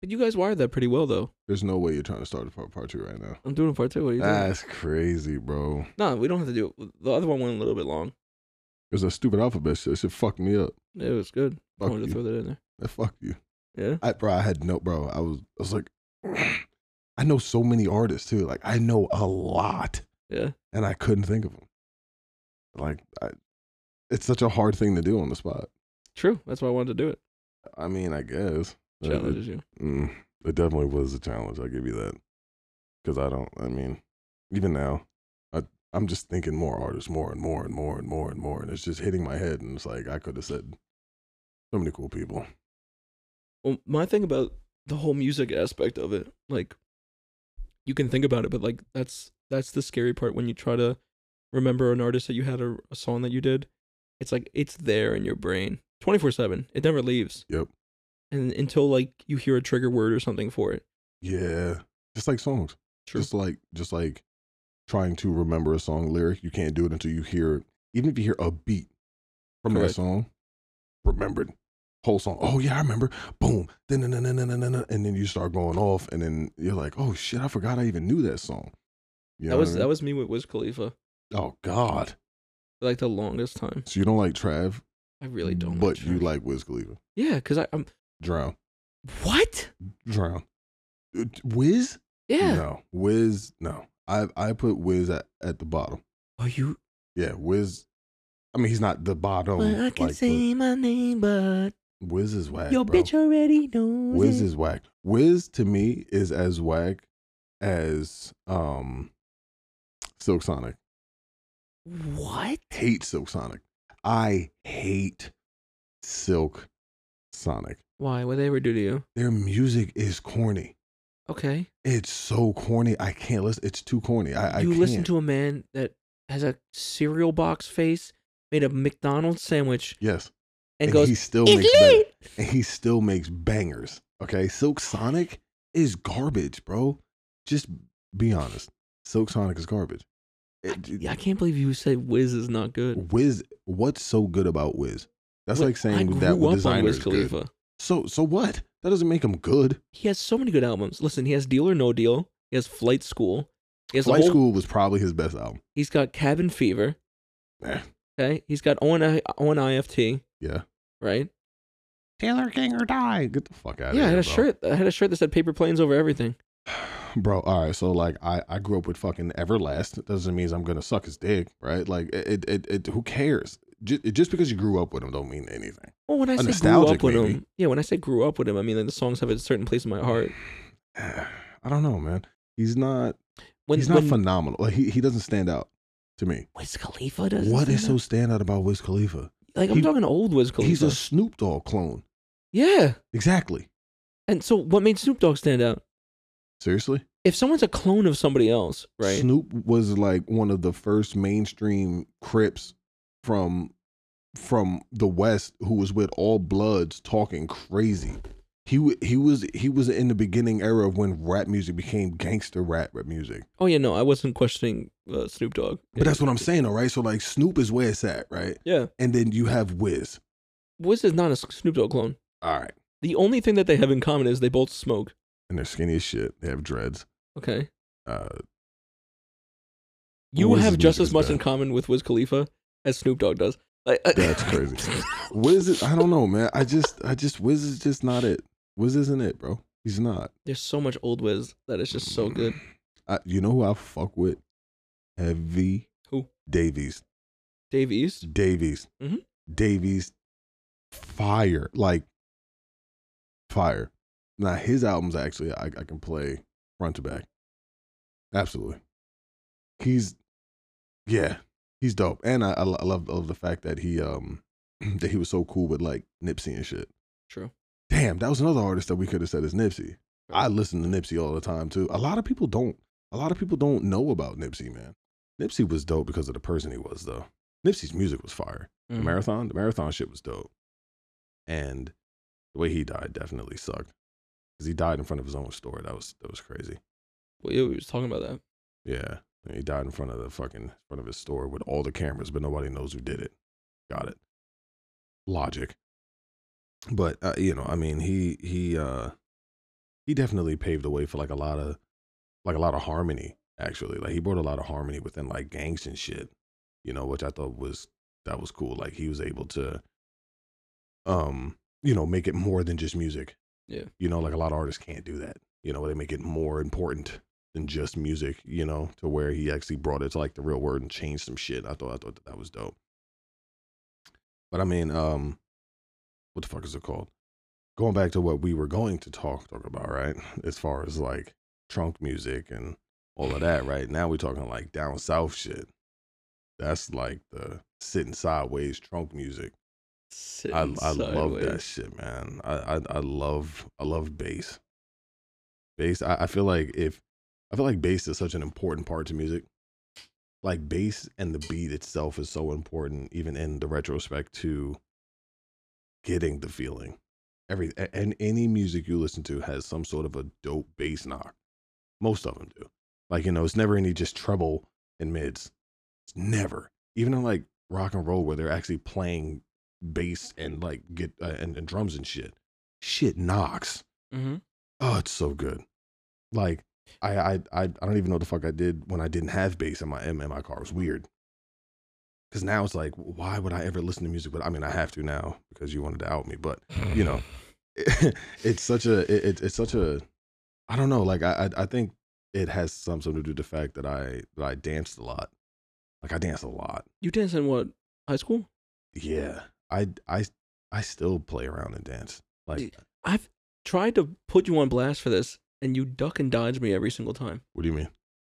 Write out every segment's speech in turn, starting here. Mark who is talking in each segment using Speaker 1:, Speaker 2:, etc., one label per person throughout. Speaker 1: But you guys wired that pretty well though.
Speaker 2: There's no way you're trying to start a part, part two right now.
Speaker 1: I'm doing a part two. What are you doing?
Speaker 2: That's crazy, bro.
Speaker 1: No, we don't have to do it. The other one went a little bit long.
Speaker 2: There's a stupid alphabet shit. That shit fucked me up.
Speaker 1: It was good. I
Speaker 2: Fuck
Speaker 1: wanted to
Speaker 2: you.
Speaker 1: throw that in there.
Speaker 2: That fuck you.
Speaker 1: Yeah.
Speaker 2: I bro, I had no bro. I was I was like I know so many artists too. Like I know a lot.
Speaker 1: Yeah.
Speaker 2: And I couldn't think of them. Like I, it's such a hard thing to do on the spot.
Speaker 1: True. That's why I wanted to do it.
Speaker 2: I mean, I guess. but it-
Speaker 1: Challenges you.
Speaker 2: Mm, it definitely was a challenge. I'll give you that. Because I don't, I mean, even now, I, I'm just thinking more artists, more and more and more and more and more. And it's just hitting my head. And it's like, I could have said so many cool people.
Speaker 1: Well, my thing about the whole music aspect of it, like, you can think about it, but like that's that's the scary part when you try to remember an artist that you had a, a song that you did. It's like it's there in your brain, twenty four seven. It never leaves.
Speaker 2: Yep.
Speaker 1: And until like you hear a trigger word or something for it.
Speaker 2: Yeah. Just like songs.
Speaker 1: True.
Speaker 2: Just like, just like trying to remember a song lyric. You can't do it until you hear, even if you hear a beat from
Speaker 1: Correct.
Speaker 2: that song, remembered. Whole song. Oh yeah, I remember. Boom. Then and then you start going off, and then you're like, oh shit, I forgot I even knew that song. You know
Speaker 1: that
Speaker 2: what
Speaker 1: was
Speaker 2: I
Speaker 1: that
Speaker 2: mean?
Speaker 1: was me with Wiz Khalifa
Speaker 2: Oh God.
Speaker 1: for like the longest time.
Speaker 2: So you don't like Trav,
Speaker 1: I really don't. like
Speaker 2: but you
Speaker 1: Trav.
Speaker 2: like Wiz Khalifa.
Speaker 1: yeah, because I'm
Speaker 2: Drown.
Speaker 1: what?
Speaker 2: Drown. Uh, Wiz?
Speaker 1: Yeah.
Speaker 2: No. Wiz? No. I I put Wiz at, at the bottom.
Speaker 1: Are Oh, you?
Speaker 2: Yeah, Wiz. I mean, he's not the bottom.
Speaker 1: well, I can
Speaker 2: like,
Speaker 1: say my name, but
Speaker 2: but Wiz is whack.
Speaker 1: your
Speaker 2: bro.
Speaker 1: bitch already knows.
Speaker 2: Wiz
Speaker 1: it.
Speaker 2: is whack. Wiz to me is as whack as um Silk Sonic.
Speaker 1: what?
Speaker 2: Hate Silk Sonic. I hate Silk Sonic.
Speaker 1: Why? What they ever do to you?
Speaker 2: Their music is corny.
Speaker 1: Okay.
Speaker 2: It's so corny. I can't listen. It's too corny. I, I
Speaker 1: you
Speaker 2: can't.
Speaker 1: listen to a man that has a cereal box face, made a McDonald's sandwich,
Speaker 2: yes,
Speaker 1: and, goes,
Speaker 2: he still
Speaker 1: "It's
Speaker 2: makes bang-
Speaker 1: lit!"
Speaker 2: and he still makes bangers. Okay, Silk Sonic is garbage, bro. Just be honest. Silk Sonic is garbage. It-
Speaker 1: I can't believe you said Wiz is not good.
Speaker 2: Wiz, what's so good about Wiz? That's
Speaker 1: Look,
Speaker 2: like
Speaker 1: I
Speaker 2: saying
Speaker 1: grew
Speaker 2: that
Speaker 1: up on
Speaker 2: with designers.
Speaker 1: Wiz
Speaker 2: Good.
Speaker 1: Khalifa.
Speaker 2: So so what? That doesn't make him good.
Speaker 1: He has so many good albums. Listen, he has Deal or No Deal. He has Flight School. He has a
Speaker 2: Flight
Speaker 1: whole-
Speaker 2: School was probably his best album.
Speaker 1: He's got Cabin Fever.
Speaker 2: Eh.
Speaker 1: Okay, he's got on IFT.
Speaker 2: Yeah.
Speaker 1: Right.
Speaker 2: Taylor King or die. Get the fuck out
Speaker 1: yeah, I
Speaker 2: of
Speaker 1: had
Speaker 2: here.
Speaker 1: a
Speaker 2: bro.
Speaker 1: shirt. I had a shirt that said "Paper Planes over everything."
Speaker 2: Bro, all right. So like, I I grew up with fucking Everlast. That doesn't mean I'm gonna suck his dick, right? Like, it it, it who cares? Just, just because you grew up with him don't mean anything.
Speaker 1: Well, when I
Speaker 2: A
Speaker 1: say grew
Speaker 2: nostalgic
Speaker 1: up with
Speaker 2: maybe.
Speaker 1: him, yeah, when I say grew up with him, I mean like the songs have a certain place in my heart.
Speaker 2: I don't know, man. He's not
Speaker 1: When
Speaker 2: he's not
Speaker 1: when
Speaker 2: phenomenal. Like, he he doesn't stand out to me.
Speaker 1: Wiz Khalifa does.
Speaker 2: What
Speaker 1: this
Speaker 2: is so
Speaker 1: thing?
Speaker 2: stand out about Wiz Khalifa?
Speaker 1: like? I'm
Speaker 2: he-
Speaker 1: talking old Wiz Khalifa.
Speaker 2: He's a Snoop Dogg clone.
Speaker 1: yeah,
Speaker 2: Exactly.
Speaker 1: and so what made Snoop Dogg stand out?
Speaker 2: Seriously,
Speaker 1: If someone's a clone of somebody else, right?
Speaker 2: Snoop was like one of the first mainstream Crips from from the West who was with all Bloods talking crazy. He wa- he was he was in the beginning era of when rap music became gangster rap rap music.
Speaker 1: oh yeah, no, I wasn't questioning uh, Snoop Dogg.
Speaker 2: But that's what I'm saying, all right. So like Snoop is where it's at, right?
Speaker 1: Yeah,
Speaker 2: And then you have Wiz.
Speaker 1: Wiz is not a Snoop Dogg clone.
Speaker 2: All right,
Speaker 1: The only thing that they have in common is they both smoke.
Speaker 2: and they're skinny as shit. They have dreads.
Speaker 1: Okay.
Speaker 2: Uh,
Speaker 1: You
Speaker 2: Wiz's
Speaker 1: have just
Speaker 2: music
Speaker 1: as
Speaker 2: is
Speaker 1: much
Speaker 2: bad.
Speaker 1: in common with Wiz Khalifa as Snoop Dogg does. Like, I-
Speaker 2: That's crazy. Wiz, is, I don't know, man. I just, I just, Wiz is just not it. Wiz isn't it, bro. He's not.
Speaker 1: There's so much old Wiz that is just so good.
Speaker 2: I, you know who I fuck with? Heavy.
Speaker 1: Who?
Speaker 2: Davies.
Speaker 1: Dave East.
Speaker 2: Davies.
Speaker 1: Mhm.
Speaker 2: Davies. Fire. Like, fire. Now, his albums, actually, I, I can play front to back. Absolutely. He's, yeah, he's dope. And I, I lo- I love, love the fact that he, um, that he was so cool with like Nipsey and shit.
Speaker 1: True.
Speaker 2: Damn, that was another artist that we could have said is Nipsey. I listen to Nipsey all the time too. A lot of people don't. A lot of people don't know about Nipsey, man. Nipsey was dope because of the person he was, though. Nipsey's music was fire. The
Speaker 1: Mhm.
Speaker 2: marathon, the marathon shit was dope. And the way he died definitely sucked because he died in front of his own store. That was that was crazy.
Speaker 1: Well, yeah, we was talking about that.
Speaker 2: Yeah, and he died in front of the fucking in front of his store with all the cameras, but nobody knows who did it. Got it. Logic. But uh, you know, I mean, he he uh he definitely paved the way for like a lot of like a lot of harmony actually like he brought a lot of harmony within like gangs and shit you know which i thought was that was cool like he was able to um you know make it more than just music
Speaker 1: Yeah.
Speaker 2: you know like a lot of artists can't do that you know they make it more important than just music you know to where he actually brought it to like the real world and changed some shit i thought i thought that, that was dope but i mean um what the fuck is it called going back to what we were going to talk talk about, right? As far as like trunk music and all of that, right? Now we're talking like down south shit. That's like the sitting sideways trunk music.
Speaker 1: Sitting
Speaker 2: I, I love that
Speaker 1: sideways.
Speaker 2: shit, man. I, I I love I love bass. Bass. I, I feel like if I feel like bass is such an important part to music. Like bass and the beat itself is so important, even in the retrospect to getting the feeling. Every a- and any music you listen to has some sort of a dope bass knock. Most of them do. Like you know, it's never any just treble and mids. It's never even in like rock and roll where they're actually playing bass and like get uh, and, and drums and shit. Shit knocks.
Speaker 1: Mm-hmm.
Speaker 2: Oh, it's so good. Like I I I, I don't even know what the fuck I did when I didn't have bass in my in, in my car. It was weird. Cause now it's like, why would I ever listen to music? But I mean, I have to now because you wanted to out me. But you know, it's such a it, it's- it's such a I don't know. Like I I I think it has something to do with the fact that I that I danced a lot. Like I danced a lot.
Speaker 1: You dance in what high school?
Speaker 2: Yeah. I I I still play around and dance. Like,
Speaker 1: Dude. I've tried to put you on blast for this, and you duck and dodge me every single time.
Speaker 2: what do you mean?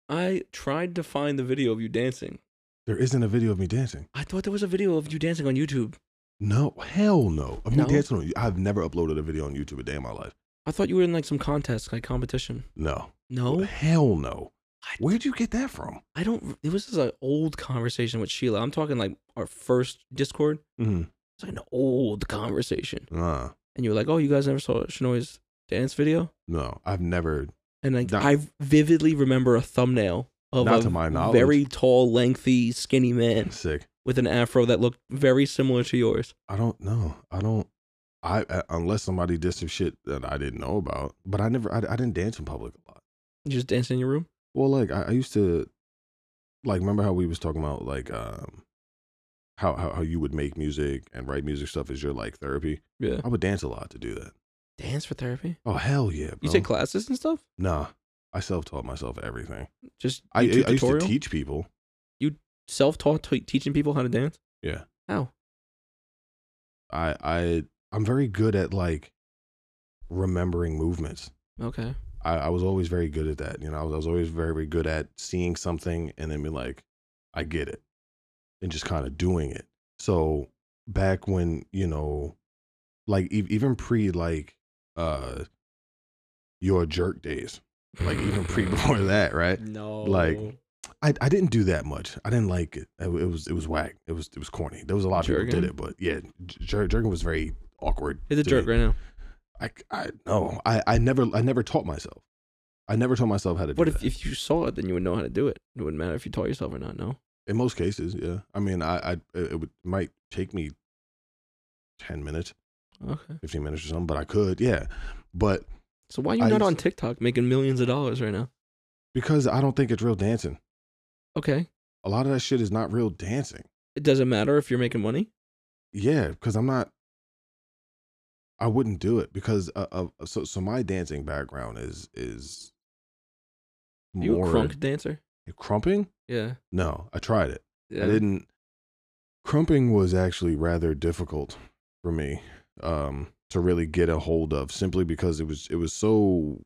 Speaker 1: I tried to find the video of you dancing.
Speaker 2: There isn't a video of me dancing.
Speaker 1: I thought there was a video of you dancing on YouTube.
Speaker 2: No, hell no. Of me
Speaker 1: No?
Speaker 2: dancing on I've never uploaded a video on YouTube a day in my life.
Speaker 1: I thought you were in like some contest, like competition.
Speaker 2: No.
Speaker 1: No,
Speaker 2: Hell no.
Speaker 1: What?
Speaker 2: Where'd you get that from?
Speaker 1: I don't. It was just an old conversation with Sheila. I'm talking like our first Discord.
Speaker 2: Mm.
Speaker 1: It's like an old conversation,
Speaker 2: Uh,
Speaker 1: and you were like, "Oh, you guys never saw Shinoi's dance video?"
Speaker 2: no, I've never.
Speaker 1: And like,
Speaker 2: No.
Speaker 1: I vividly remember a thumbnail of
Speaker 2: Not
Speaker 1: a
Speaker 2: to my knowledge.
Speaker 1: very tall, lengthy, skinny man
Speaker 2: Sick.
Speaker 1: with an afro that looked very similar to yours.
Speaker 2: I don't know. I don't. I uh, unless somebody did some shit that I didn't know about, but I never. I, I didn't dance in public a lot.
Speaker 1: You just dancing in your room.
Speaker 2: Well, like I, I used to, like remember how we was talking about like um, how, how how you would make music and write music stuff as your like therapy.
Speaker 1: Yeah,
Speaker 2: I would dance a lot to do that.
Speaker 1: dance for therapy.
Speaker 2: Oh hell yeah!
Speaker 1: You
Speaker 2: bro.
Speaker 1: take classes and stuff.
Speaker 2: Nah, I self taught myself everything.
Speaker 1: Just
Speaker 2: I, I,
Speaker 1: YouTube
Speaker 2: I used to
Speaker 1: tutorial.
Speaker 2: teach people.
Speaker 1: Self-taught t- teaching people how to dance.
Speaker 2: Yeah.
Speaker 1: How?
Speaker 2: I I I'm very good at like remembering movements.
Speaker 1: Okay.
Speaker 2: I, I was always very good at that. You know, I was, I was always very, very good at seeing something and then be like, I get it, and just kind of doing it. So back when you know, like e- even pre like uh your jerk days, like even pre before that, right?
Speaker 1: No.
Speaker 2: Like, I, I didn't do that much. I didn't like it. It, it was it was whack. It was it was corny. There was a lot of people
Speaker 1: Jergen?
Speaker 2: did it, but yeah, jer- jerking was very awkward.
Speaker 1: hit the
Speaker 2: to
Speaker 1: jerk
Speaker 2: me.
Speaker 1: right now.
Speaker 2: I I no. I I never I never taught myself. I never taught myself how to do
Speaker 1: But
Speaker 2: that.
Speaker 1: if, if you saw it, then you would know how to do it. It wouldn't matter if you taught yourself or not. No.
Speaker 2: In most cases, yeah. I mean, I, I it it would might take me ten minutes,
Speaker 1: Okay.
Speaker 2: fifteen minutes or something, but I could, yeah. But
Speaker 1: So why are you
Speaker 2: I
Speaker 1: not
Speaker 2: used-
Speaker 1: on TikTok making millions of dollars right now?
Speaker 2: because I don't think it's real dancing,
Speaker 1: Okay.
Speaker 2: a lot of that shit is not real dancing.
Speaker 1: It doesn't matter if you're making money.
Speaker 2: Yeah, because I'm not. I wouldn't do it because uh, of so so my dancing background is is
Speaker 1: Are you a crunk dancer?
Speaker 2: crumping.
Speaker 1: Yeah.
Speaker 2: No, I tried it.
Speaker 1: yeah.
Speaker 2: I didn't. Crumping was actually rather difficult for me um, to really get a hold of, simply because it was it was so.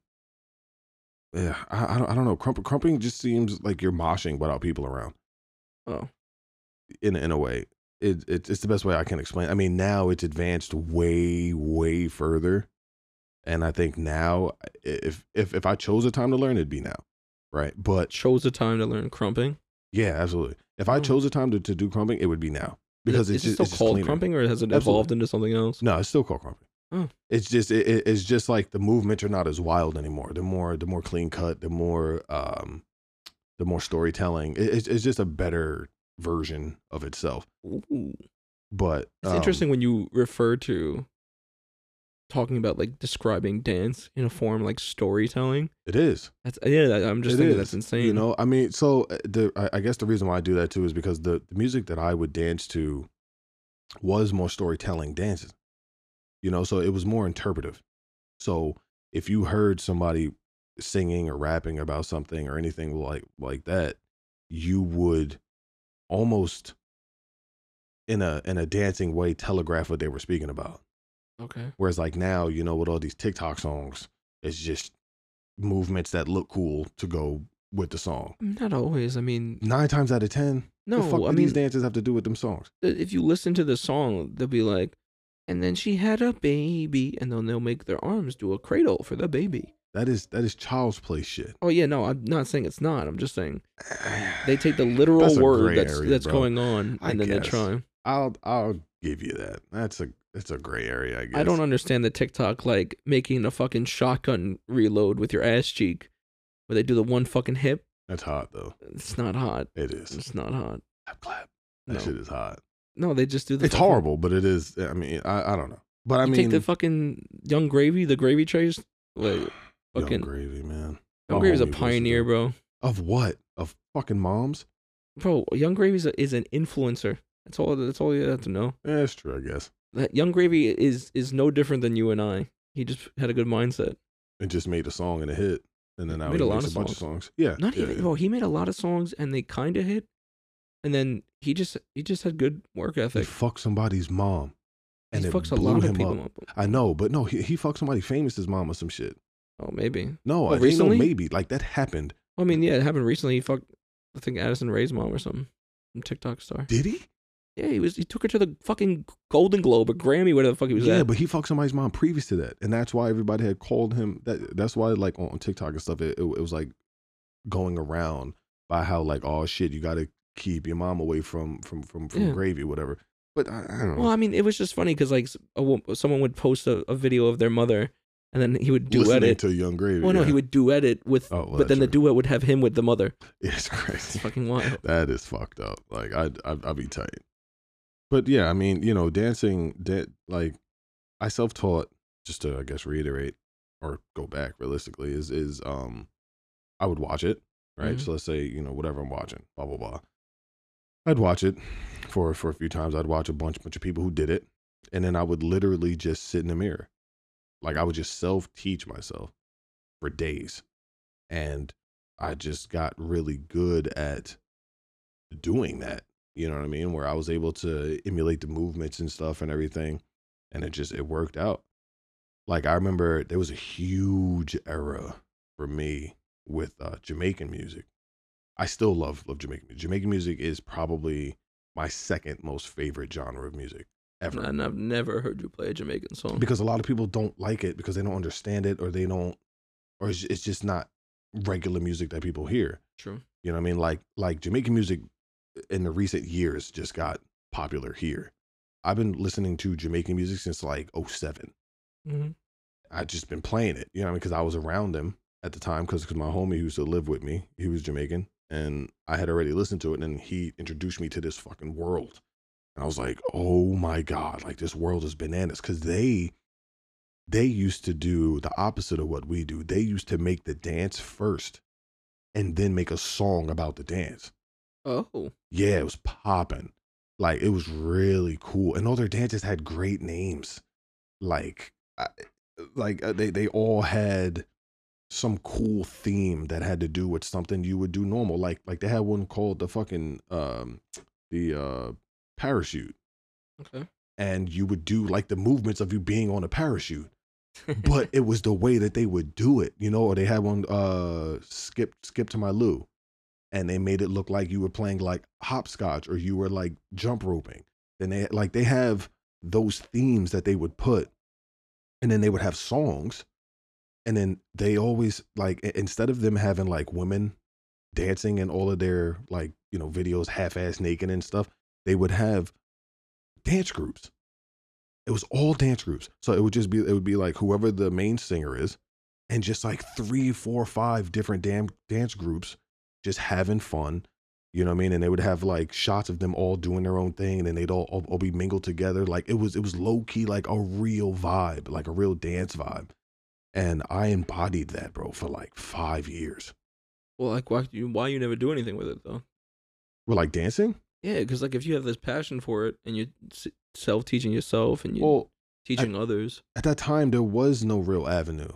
Speaker 2: Yeah, I, I don't I don't know. Crump, crumping just seems like you're moshing without people around.
Speaker 1: Oh.
Speaker 2: In in a way, it, it it's the best way I can explain. I mean, now it's advanced way way further, and I think now if if if I chose a time to learn, it'd be now, right? But
Speaker 1: Chose a time to learn crumping.
Speaker 2: yeah, absolutely. If I
Speaker 1: Mm.
Speaker 2: chose a time to, to do crumping, it would be now
Speaker 1: is
Speaker 2: because
Speaker 1: it,
Speaker 2: it's
Speaker 1: is it
Speaker 2: just,
Speaker 1: still
Speaker 2: it's just
Speaker 1: called
Speaker 2: cleaner.
Speaker 1: crumping or has it
Speaker 2: Absolutely.
Speaker 1: evolved into something else?
Speaker 2: No, it's still called crumping.
Speaker 1: Oh.
Speaker 2: It's just it, it- it's just like the movements are not as wild anymore. They're more the more clean cut. The more um, the more storytelling. It, it's it's just a better version of itself.
Speaker 1: Ooh.
Speaker 2: But
Speaker 1: It's
Speaker 2: um,
Speaker 1: interesting when you refer to talking about like describing dance in a form like storytelling.
Speaker 2: It is.
Speaker 1: That's yeah. that- I'm just
Speaker 2: It
Speaker 1: thinking
Speaker 2: is,
Speaker 1: that's insane.
Speaker 2: You know, I mean, so uh, the I, I guess the reason why I do that too is because the, the music that I would dance to was more storytelling dances. You know, so it was more interpretive. So if you heard somebody singing or rapping about something or anything like like that, you would almost in a in a dancing way telegraph what they were speaking about.
Speaker 1: Okay.
Speaker 2: Whereas like now, you know, with all these TikTok songs, it's just movements that look cool to go with the song.
Speaker 1: Not always. I mean,
Speaker 2: Nine times out of ten, the fuck
Speaker 1: no. I mean,
Speaker 2: do these dancers have to do with them songs?
Speaker 1: if you listen to the song, they'll be like, and then she had a baby, and then they'll make their arms do a cradle for the baby.
Speaker 2: That is that is child's play shit.
Speaker 1: Oh yeah, no, I'm not saying it's not. I'm just saying they take the literal
Speaker 2: That's a gray
Speaker 1: word that's
Speaker 2: area,
Speaker 1: that's
Speaker 2: bro.
Speaker 1: going on, and
Speaker 2: I
Speaker 1: then
Speaker 2: guess.
Speaker 1: they try.
Speaker 2: I'll I'll give you that. That's a that's a gray area. I guess.
Speaker 1: I don't understand the TikTok like making a fucking shotgun reload with your ass cheek, where they do the one fucking hip.
Speaker 2: That's hot though.
Speaker 1: It's not hot.
Speaker 2: It is.
Speaker 1: It's not hot.
Speaker 2: Clap clap. That
Speaker 1: No,
Speaker 2: shit is hot.
Speaker 1: no, they just do the.
Speaker 2: It's
Speaker 1: fucking-
Speaker 2: horrible, but it is. I mean, I, I don't know. But I
Speaker 1: you
Speaker 2: mean,
Speaker 1: take the fucking young gravy, the gravy trays. Like
Speaker 2: Young
Speaker 1: fucking young,
Speaker 2: gravy, man. my
Speaker 1: gravy's
Speaker 2: homie
Speaker 1: a
Speaker 2: was,
Speaker 1: pioneer,
Speaker 2: uh,
Speaker 1: bro.
Speaker 2: Of what? Of fucking moms?
Speaker 1: Bro, young gravy's a, is an influencer. That's all. That's all you have to know.
Speaker 2: Yeah, that's Eh, true. I guess
Speaker 1: That young gravy is is no different than you and I. He just had a good mindset.
Speaker 2: it just made a song and a hit, and then now
Speaker 1: Made
Speaker 2: he
Speaker 1: a lot
Speaker 2: makes
Speaker 1: of
Speaker 2: a bunch of songs. Yeah,
Speaker 1: Not
Speaker 2: yeah,
Speaker 1: even,
Speaker 2: yeah.
Speaker 1: bro. He made a lot of songs and they kind of hit, and then he just he just had good work
Speaker 2: He
Speaker 1: ethic.
Speaker 2: fucked somebody's mom, and
Speaker 1: he
Speaker 2: it
Speaker 1: fucks a
Speaker 2: blew
Speaker 1: lot
Speaker 2: him
Speaker 1: of people
Speaker 2: up.
Speaker 1: up.
Speaker 2: I know, but no, he, he fucked somebody famous's mom or some shit.
Speaker 1: Oh, maybe. Oh,
Speaker 2: No, I think no
Speaker 1: recently?
Speaker 2: maybe like that happened.
Speaker 1: I mean, yeah, it happened recently. He fucked, I think Addison Ray's mom or something, some TikTok star.
Speaker 2: Did he?
Speaker 1: Yeah, he was. He took her to the fucking Golden Globe or Grammy, whatever the fuck he was
Speaker 2: yeah,
Speaker 1: at.
Speaker 2: but he fucked somebody's mom previous to that, and that's why everybody had called him. That that's why like on, on TikTok and stuff, it, it, it was like going around by how like oh shit, you got to keep your mom away from from from from
Speaker 1: Yeah.
Speaker 2: gravy, whatever. But I, I don't know.
Speaker 1: well, I mean, it was just funny because like s- a, wo- someone would post a, a video of their mother, and then he would duet
Speaker 2: Listening
Speaker 1: it.
Speaker 2: to Young Gravy.
Speaker 1: Well, no,
Speaker 2: yeah.
Speaker 1: he would duet it with,
Speaker 2: Oh, well,
Speaker 1: but then the
Speaker 2: that's
Speaker 1: duet would have him with the mother.
Speaker 2: It's
Speaker 1: It's
Speaker 2: crazy.
Speaker 1: fucking wild.
Speaker 2: That is fucked up. Like I, I, I'd be tight. But yeah, I mean, you know, dancing, da- like I self-taught. Just to, I guess, reiterate or go back realistically is is um, I would watch it, right?
Speaker 1: Mhm.
Speaker 2: So let's say you know whatever I'm watching, blah blah blah. I'd watch it for for a few times. I'd watch a bunch bunch of people who did it, and then I would literally just sit in the mirror, like I would just self-teach myself for days, and I just got really good at doing that. You know what I mean? Where I was able to emulate the movements and stuff and everything. And it just, it worked out. Like I remember there was a huge era for me with uh, Jamaican music. I still love, love Jamaican music. Jamaican music is probably my second most favorite genre of music ever
Speaker 1: And I've never heard you play a Jamaican song.
Speaker 2: because a lot of people don't like it because they don't understand it or they don't, or it's, it's just not regular music that people hear.
Speaker 1: True.
Speaker 2: You know what I mean? Like like Jamaican music uh, in the recent years just got popular here. I've been listening to Jamaican music since like 07.
Speaker 1: hmm
Speaker 2: I just been playing it, you know, because I was around him at the time because my homie who used to live with me, he was Jamaican, and I had already listened to it, and then he introduced me to this fucking world, and I was like, oh my god, like this world is bananas because they they used to do the opposite of what we do. They used to make the dance first, and then make a song about the dance.
Speaker 1: Oh,
Speaker 2: Yeah, it was popping. Like it was really cool, and all their dancers had great names. Like, I, like uh, they they all had some cool theme that had to do with something you would do normal. Like like they had one called the fucking um the uh parachute,
Speaker 1: okay.
Speaker 2: and you would do like the movements of you being on a parachute, but it was the way that they would do it, you know. Or they had one uh skip skip to my loo and they made it look like you were playing like hopscotch or you were like jump roping. Then they like they have those themes that they would put, and then they would have songs, and then they always like i- instead of them having like women dancing and all of their like you know videos half ass naked and stuff, they would have dance groups. It was all dance groups, so it would just be it would be like whoever the main singer is, and just like three, four, five different damn dance groups just having fun, You know what I mean? And they would have like shots of them all doing their own thing, and then they'd all, all, all be mingled together. Like it was it was low key like a real vibe, like a real dance vibe. And I embodied that, bro, for like five years.
Speaker 1: Well, like why you why you never do anything with it though?
Speaker 2: We're like dancing.
Speaker 1: Yeah, because like if you have this passion for it and you're self teaching yourself and you're
Speaker 2: Well,
Speaker 1: teaching others,
Speaker 2: at that time there was no real avenue.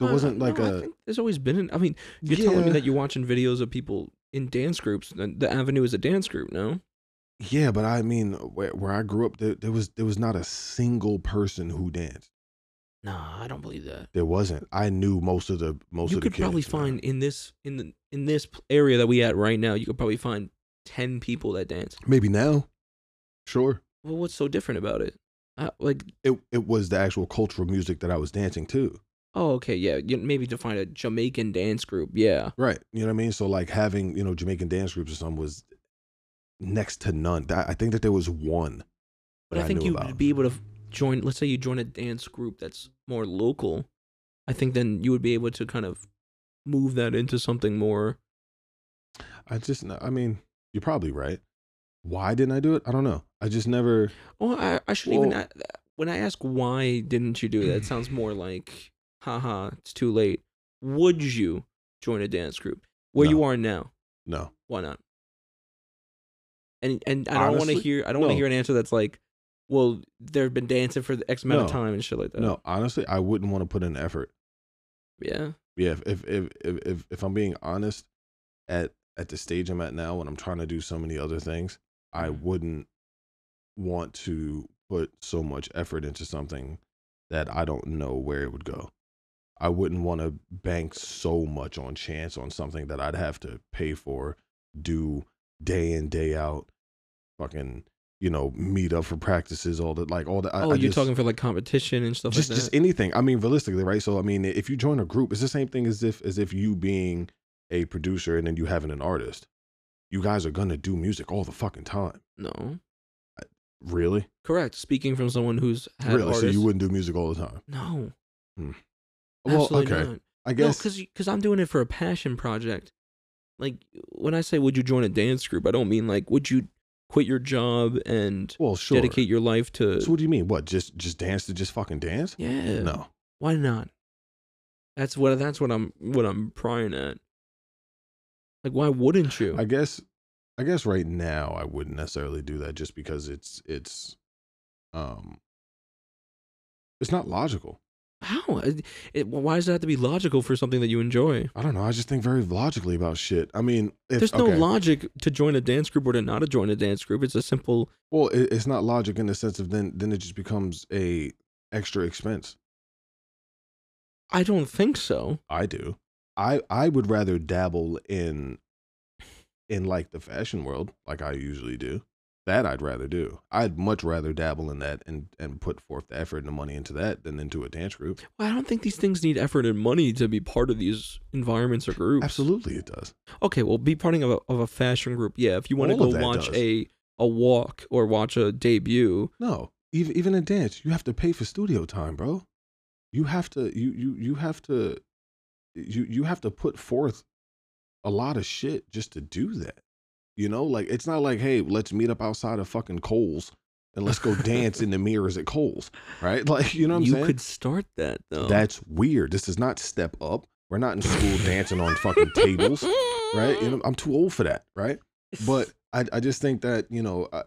Speaker 2: There
Speaker 1: I-
Speaker 2: wasn't
Speaker 1: I-
Speaker 2: like
Speaker 1: no, I
Speaker 2: a
Speaker 1: think there's always been. An, I mean, you're telling me
Speaker 2: Yeah.
Speaker 1: that you're watching videos of people in dance groups. and The avenue is a dance group, no?
Speaker 2: Yeah, but I mean, where, where I grew up, there, there was there was not a single person who danced.
Speaker 1: Nah, I don't believe that.
Speaker 2: There wasn't. I knew most of the most
Speaker 1: you
Speaker 2: of the
Speaker 1: could
Speaker 2: kids.
Speaker 1: probably
Speaker 2: man.
Speaker 1: find in this in the in this pl- area that we at right now, you could probably find ten people that dance.
Speaker 2: maybe now. Sure,
Speaker 1: Well, what's so different about it? I, like,
Speaker 2: it it was the actual cultural music that I was dancing to.
Speaker 1: oh, okay, yeah, you maybe define a Jamaican dance group, yeah.
Speaker 2: Right. You know what I mean? So like having, you know, Jamaican dance groups or something was next to none. That- I think that there was one.
Speaker 1: But I,
Speaker 2: I
Speaker 1: think
Speaker 2: knew
Speaker 1: you
Speaker 2: about.
Speaker 1: would be able to f- join. Let's say you join a dance group that's more local. I think then you would be able to kind of move that into something more.
Speaker 2: I just I mean, you're probably right. Why didn't I do it? I don't know. I just never
Speaker 1: Oh, I, I should even
Speaker 2: Well-
Speaker 1: even when I ask why didn't you do that, it sounds more like haha, it's too late. Would you join a dance group where you
Speaker 2: No.
Speaker 1: are now?
Speaker 2: no.
Speaker 1: Why not? And and I don't want to
Speaker 2: Honestly,
Speaker 1: hear I don't want to
Speaker 2: no.
Speaker 1: hear an answer that's like, well, they've been dancing for the X amount of
Speaker 2: No.
Speaker 1: time and shit like that.
Speaker 2: No, honestly, I wouldn't want to put in effort.
Speaker 1: Yeah.
Speaker 2: yeah if if if if, if, if i'm being honest at at the stage i'm at now when i'm trying to do so many other things i
Speaker 1: Mhm.
Speaker 2: wouldn't want to put so much effort into something that i don't know where it would go i wouldn't want to bank so much on chance on something that i'd have to pay for do day in day out fucking you know meet up for practices all that like all that I-
Speaker 1: oh,
Speaker 2: I
Speaker 1: you're
Speaker 2: just-
Speaker 1: talking for like competition and stuff
Speaker 2: just
Speaker 1: like that.
Speaker 2: just anything. I mean, realistically, right? So I mean, if you join a group, it's the same thing as if as if you being a producer and then you having an artist. You guys are gonna do music all the fucking time.
Speaker 1: No.
Speaker 2: Really?
Speaker 1: Correct. Speaking from someone who's had
Speaker 2: really? So
Speaker 1: artists-
Speaker 2: you wouldn't do music all the time?
Speaker 1: No.
Speaker 2: Hmm. Well,
Speaker 1: Absolutely
Speaker 2: okay.
Speaker 1: not.
Speaker 2: I
Speaker 1: No,
Speaker 2: guess.
Speaker 1: because because I'm doing it for a passion project. Like when I say would you join a dance group, I don't mean like would you quit your job and
Speaker 2: well, sure.
Speaker 1: dedicate your life to
Speaker 2: so what do you mean? What? Just just dance to just fucking dance?
Speaker 1: yeah.
Speaker 2: No.
Speaker 1: Why not? That's what that's what I'm what I'm prying at. Like why wouldn't you?
Speaker 2: I guess. I guess right now I wouldn't necessarily do that just because it's it's, um. It's not logical.
Speaker 1: How? It, it- why does it have to be logical for something that you enjoy?
Speaker 2: I don't know. I just think very logically about shit. I mean, if,
Speaker 1: There's no
Speaker 2: okay.
Speaker 1: logic to join a dance group or to not join a dance group. It's a simple
Speaker 2: Well, it, it's not logic in the sense of then then it just becomes a extra expense.
Speaker 1: I don't think so.
Speaker 2: I do. I I would rather dabble in in like the fashion world, like I usually do. That I'd rather do. I'd much rather dabble in that and and put forth the effort and the money into that than into a dance group.
Speaker 1: Well, I don't think these things need effort and money to be part of these environments or groups.
Speaker 2: Absolutely, it does.
Speaker 1: Okay, well, be part of a, of a fashion group. Yeah, if you want to
Speaker 2: All of
Speaker 1: go
Speaker 2: that
Speaker 1: watch
Speaker 2: does.
Speaker 1: a a walk or watch a debut,
Speaker 2: No, even even in dance, you have to pay for studio time, bro. You have to you you you have to you you have to put forth a lot of shit just to do that. You know, like it's not like, hey, let's meet up outside of fucking Coles and let's go dance in the mirrors at Coles, right? Like, you know what I'm
Speaker 1: you
Speaker 2: saying?
Speaker 1: could start that though.
Speaker 2: That's weird. This is not step up. We're not in school dancing on fucking tables, right? You know, I'm too old for that, right? but I, I just think that you know I,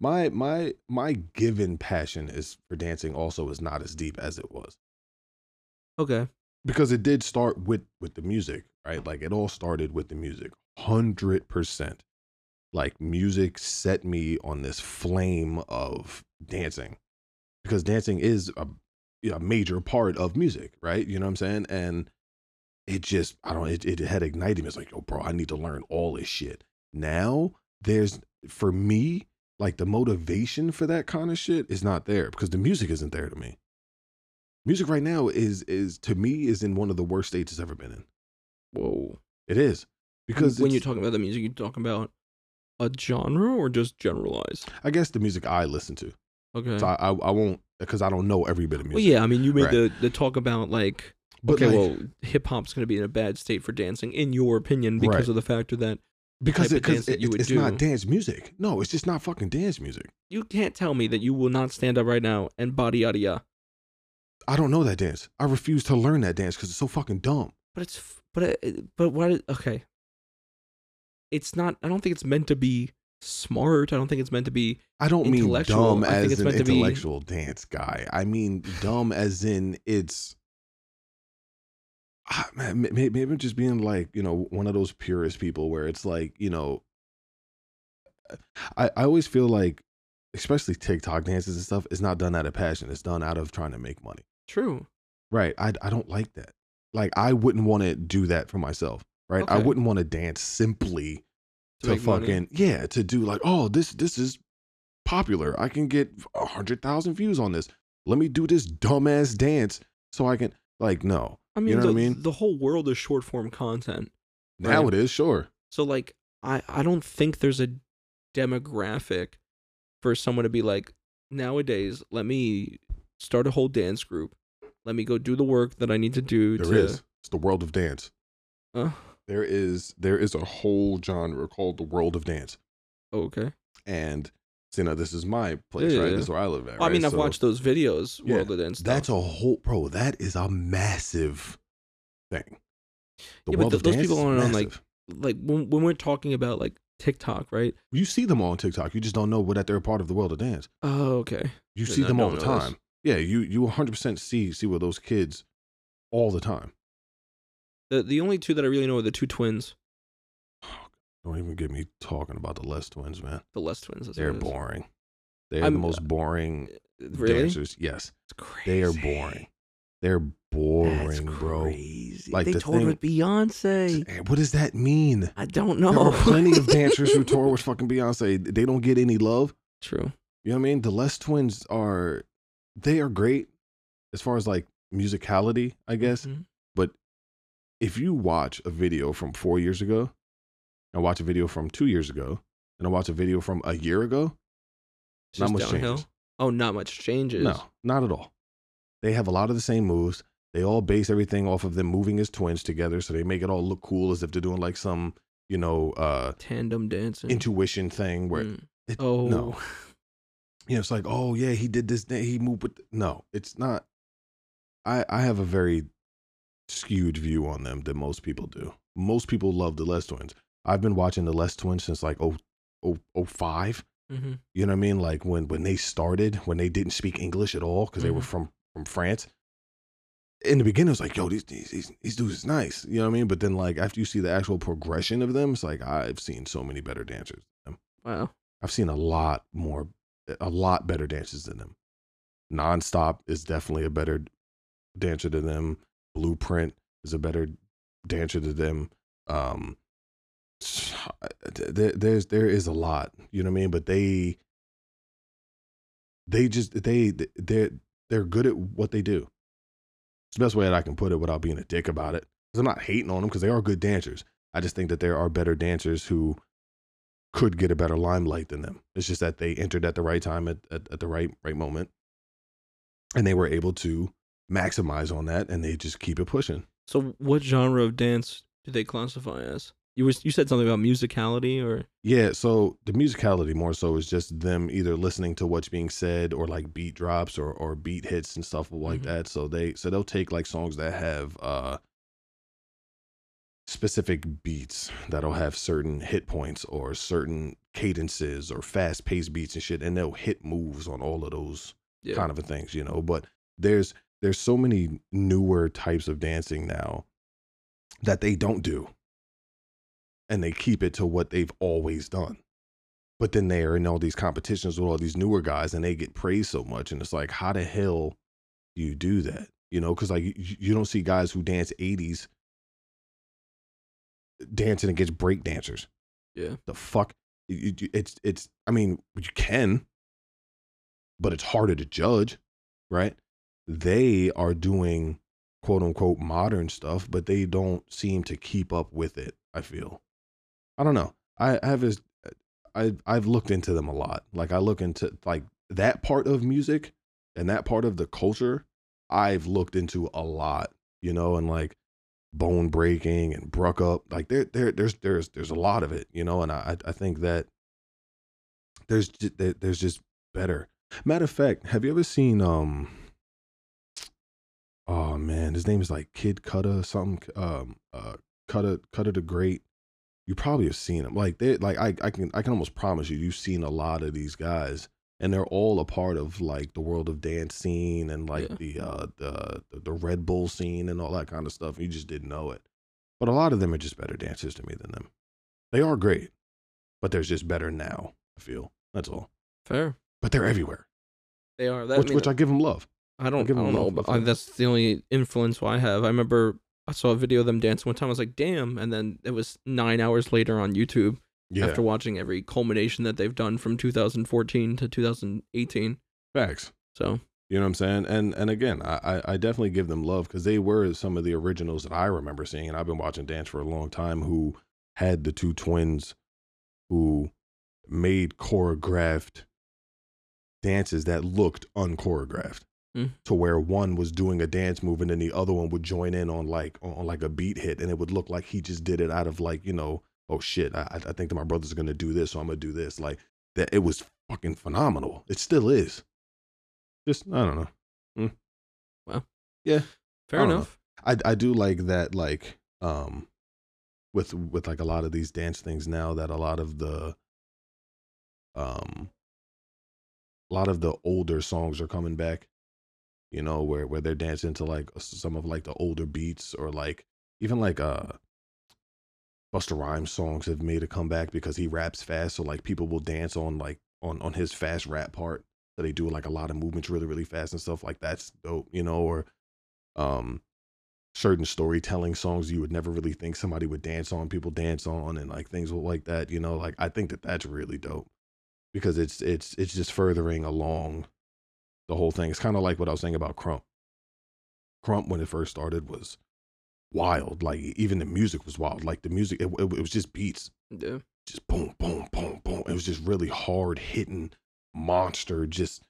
Speaker 2: my my my given passion is for dancing also is not as deep as it was
Speaker 1: okay,
Speaker 2: because it did start with with the music right like it all started with the music 100% like music set me on this flame of dancing because dancing is a you know, a major part of music right you know what i'm saying and it just i don't it, it had ignited me it's like yo bro i need to learn all this shit now there's for me like the motivation for that kind of shit is not there because the music isn't there to me music right now is is to me is in one of the worst states it's ever been in
Speaker 1: whoa.
Speaker 2: it is because
Speaker 1: when
Speaker 2: it's-
Speaker 1: you're talking about the music, you're talking about a genre or just generalized.
Speaker 2: i guess the music i listen to
Speaker 1: Okay.
Speaker 2: so I, I i won't because i don't know every bit of
Speaker 1: Mm. well,
Speaker 2: music
Speaker 1: yeah, I mean, you made
Speaker 2: Right.
Speaker 1: the the talk about like
Speaker 2: but
Speaker 1: okay,
Speaker 2: like,
Speaker 1: well, hip hop's going to be in a bad state for dancing, in your opinion, because
Speaker 2: Right.
Speaker 1: of the factor that
Speaker 2: because
Speaker 1: type
Speaker 2: it,
Speaker 1: of
Speaker 2: 'cause
Speaker 1: dance that
Speaker 2: it-
Speaker 1: you would
Speaker 2: it's not
Speaker 1: do.
Speaker 2: dance music. No, it's just not fucking dance music.
Speaker 1: You can't tell me that you will not stand up right now and body yada yada.
Speaker 2: I don't know that dance. I refuse to learn that dance because it's so fucking dumb.
Speaker 1: But it's f- but it, but why? did- Okay, it's not. I don't think it's meant to be smart. I don't think it's meant to be.
Speaker 2: I don't mean
Speaker 1: Intellectual.
Speaker 2: dumb
Speaker 1: I think
Speaker 2: as
Speaker 1: it's
Speaker 2: an
Speaker 1: meant to be-
Speaker 2: intellectual dance guy. I mean dumb as in it's. Ah, man, may- may- Maybe I'm just being like you know one of those purist people where it's like you know. I I always feel like, especially TikTok dances and stuff, it's not done out of passion. It's done out of trying to make money.
Speaker 1: True.
Speaker 2: Right. I I don't like that. Like I wouldn't want to do that for myself. Right. I
Speaker 1: Okay.
Speaker 2: wouldn't want to dance simply to,
Speaker 1: make money.
Speaker 2: fucking yeah to do like oh this this is popular i can get a 100000 views on this let me do this dumbass dance so i can like no
Speaker 1: I mean,
Speaker 2: know
Speaker 1: the,
Speaker 2: what I mean?
Speaker 1: the whole world is short form content.
Speaker 2: now
Speaker 1: Right.
Speaker 2: it is sure
Speaker 1: So like I I don't think there's a demographic for someone to be like nowadays let me start a whole dance group. Let me go do the work that I need to do
Speaker 2: there is.
Speaker 1: to
Speaker 2: it's the world of dance
Speaker 1: Uh,
Speaker 2: there is there is a whole genre called the world of dance
Speaker 1: oh, okay.
Speaker 2: and so, you know this is my place
Speaker 1: Yeah,
Speaker 2: right
Speaker 1: yeah.
Speaker 2: this is where i live at
Speaker 1: Well, I mean,
Speaker 2: right?
Speaker 1: I've
Speaker 2: So
Speaker 1: watched those videos
Speaker 2: Yeah,
Speaker 1: world of dance. stuff.
Speaker 2: that's a whole bro that is a massive thing the
Speaker 1: Yeah, but
Speaker 2: world
Speaker 1: th-
Speaker 2: of
Speaker 1: those
Speaker 2: dance
Speaker 1: people
Speaker 2: is
Speaker 1: aren't on, like,
Speaker 2: massive.
Speaker 1: like when when we're talking about like TikTok, right?
Speaker 2: you see them on tiktok you just don't know what that they're a part of the world of dance
Speaker 1: Oh, okay.
Speaker 2: You
Speaker 1: Then
Speaker 2: see
Speaker 1: I
Speaker 2: them all the
Speaker 1: don't know this.
Speaker 2: time. Yeah, you you 100% see see with those kids all the time.
Speaker 1: The the only two that I really know are the two twins,
Speaker 2: Don't even get me talking about the Les twins, man.
Speaker 1: the Les twins. that's what
Speaker 2: They're
Speaker 1: it is.
Speaker 2: boring. They are
Speaker 1: I'm- uh,
Speaker 2: the most boring
Speaker 1: Really?
Speaker 2: dancers. Yes,
Speaker 1: It's crazy.
Speaker 2: they are boring. They're
Speaker 1: That's
Speaker 2: boring, bro.
Speaker 1: crazy.
Speaker 2: Like,
Speaker 1: they
Speaker 2: the
Speaker 1: toured
Speaker 2: thing-
Speaker 1: with Beyonce.
Speaker 2: Hey, What does that mean?
Speaker 1: I don't know.
Speaker 2: There are plenty of dancers who tour with fucking Beyonce. They don't get any love.
Speaker 1: True.
Speaker 2: You know what I mean? The Les twins are they are great as far as like musicality, I guess.
Speaker 1: Mhm.
Speaker 2: if you watch a video from four years ago, and watch a video from two years ago, and I watch a video from a year ago,
Speaker 1: It's
Speaker 2: Not
Speaker 1: just
Speaker 2: much
Speaker 1: downhill.
Speaker 2: changes.
Speaker 1: Oh, not much changes.
Speaker 2: no, not at all. They have a lot of the same moves. They all base everything off of them moving as twins together, so they make it all look cool as if they're doing like some, you know, uh,
Speaker 1: Tandem dancing.
Speaker 2: intuition thing where
Speaker 1: Hmm. Mm.
Speaker 2: it-
Speaker 1: oh.
Speaker 2: no, you know, it's like, oh yeah, he did this, thing, he moved with. th-" No, it's not. I I have a very skewed view on them than most people do. Most people love the Les Twins. I've been watching the Les Twins since like oh oh oh five.
Speaker 1: hmm
Speaker 2: You know what I mean? Like when when they started, when they didn't speak English at all because they were
Speaker 1: Mhm.
Speaker 2: from from France. In the beginning, it was like, yo, these, these these these dudes is nice. You know what I mean? But then like after you see the actual progression of them, it's like I've seen so many better dancers. than them.
Speaker 1: Wow.
Speaker 2: I've seen a lot more, a lot better dances than them. Nonstop is definitely a better dancer than them. Blueprint is a better dancer than them. Um, there, there's there is a lot, you know what I mean. But they, they just they they they're good at what they do. It's the best way that I can put it without being a dick about it. 'Cause I'm not hating on them because they are good dancers. I just think that there are better dancers who could get a better limelight than them. It's just that they entered at the right time at, at, at the right right moment. And they were able to maximize on that and they just keep it pushing.
Speaker 1: So, what genre of dance do they classify as? You was you said something about musicality, or
Speaker 2: Yeah, so the musicality more so is just them either listening to what's being said or like beat drops or or beat hits and stuff like
Speaker 1: Mhm.
Speaker 2: that. So they so they'll take like songs that have uh specific beats that'll have certain hit points or certain cadences or fast paced beats and shit and they'll hit moves on all of those
Speaker 1: yeah,
Speaker 2: kind of a things, you know. But there's there's so many newer types of dancing now that they don't do. And they keep it to what they've always done. But then they are in all these competitions with all these newer guys and they get praised so much. And it's like, how the hell do you do that? You know, because like you, you don't see guys who dance 80s dancing against break dancers.
Speaker 1: Yeah.
Speaker 2: The fuck? You- you- It's, it's, I mean, you can, but it's harder to judge, right? They are doing quote unquote modern stuff, but they don't seem to keep up with it, I feel. I don't know. I, I have this I I've looked into them a lot. Like I look into like that part of music and that part of the culture I've looked into a lot, you know, and like bone breaking and bruck up like there there there's there's there's a lot of it you know and i i I think that there's ju- there- there's just better matter of fact have you ever seen um oh man his name is like kid Cutta or something um uh Cutta Cutta the great you probably have seen him like they like I, I can i can almost promise you you've seen a lot of these guys and they're all a part of like the world of dance scene and like
Speaker 1: Yeah.
Speaker 2: the uh the the- the red bull scene and all that kind of stuff you just didn't know it but a lot of them are just better dancers to me than them they are great but there's just better now i feel that's all
Speaker 1: Fair.
Speaker 2: but they're everywhere
Speaker 1: They are. That, I,
Speaker 2: which,
Speaker 1: mean,
Speaker 2: which i give them love
Speaker 1: I don't, I
Speaker 2: give 'em
Speaker 1: don't
Speaker 2: a
Speaker 1: know,
Speaker 2: love
Speaker 1: but
Speaker 2: before.
Speaker 1: I, that's the only influence I have. I remember I saw a video of them dancing one time. I was like, damn. And then it was nine hours later on YouTube
Speaker 2: yeah
Speaker 1: after watching every culmination that they've done from 2014 to 2018.
Speaker 2: facts
Speaker 1: So,
Speaker 2: You know what I'm saying? And and again, I I, I definitely give them love because they were some of the originals that I remember seeing, and I've been watching dance for a long time. Who had the two twins who made choreographed dances that looked unchoreographed,
Speaker 1: Mm.
Speaker 2: to where one was doing a dance move and then the other one would join in on like on, on like a beat hit, and it would look like he just did it out of like you know oh shit I I- I think that my brother's gonna do this, so I'm gonna do this like that. It was fucking phenomenal. It still is just I don't know.
Speaker 1: fair
Speaker 2: I don't know.
Speaker 1: enough.
Speaker 2: I I do like that like um with with like a lot of these dance things now that a lot of the um a lot of the older songs are coming back. You know where where they're dancing to like s- some of like the older beats or like even like uh Buster Rhymes songs have made a comeback because he raps fast, so like people will dance on like on on his fast rap part. So they do like a lot of movements really really fast and stuff like that's dope, you know. Or um, certain storytelling songs you would never really think somebody would dance on, people dance on, and like things like that, you know. Like I think that that's really dope because it's it's it's just furthering along the whole thing. It's kind of like what I was saying about Crump. Crump when it first started was wild. Like even the music was wild. Like the music, it, it, it was just beats,
Speaker 1: Yeah.
Speaker 2: just boom, boom, boom, boom. It was just really hard hitting monster, just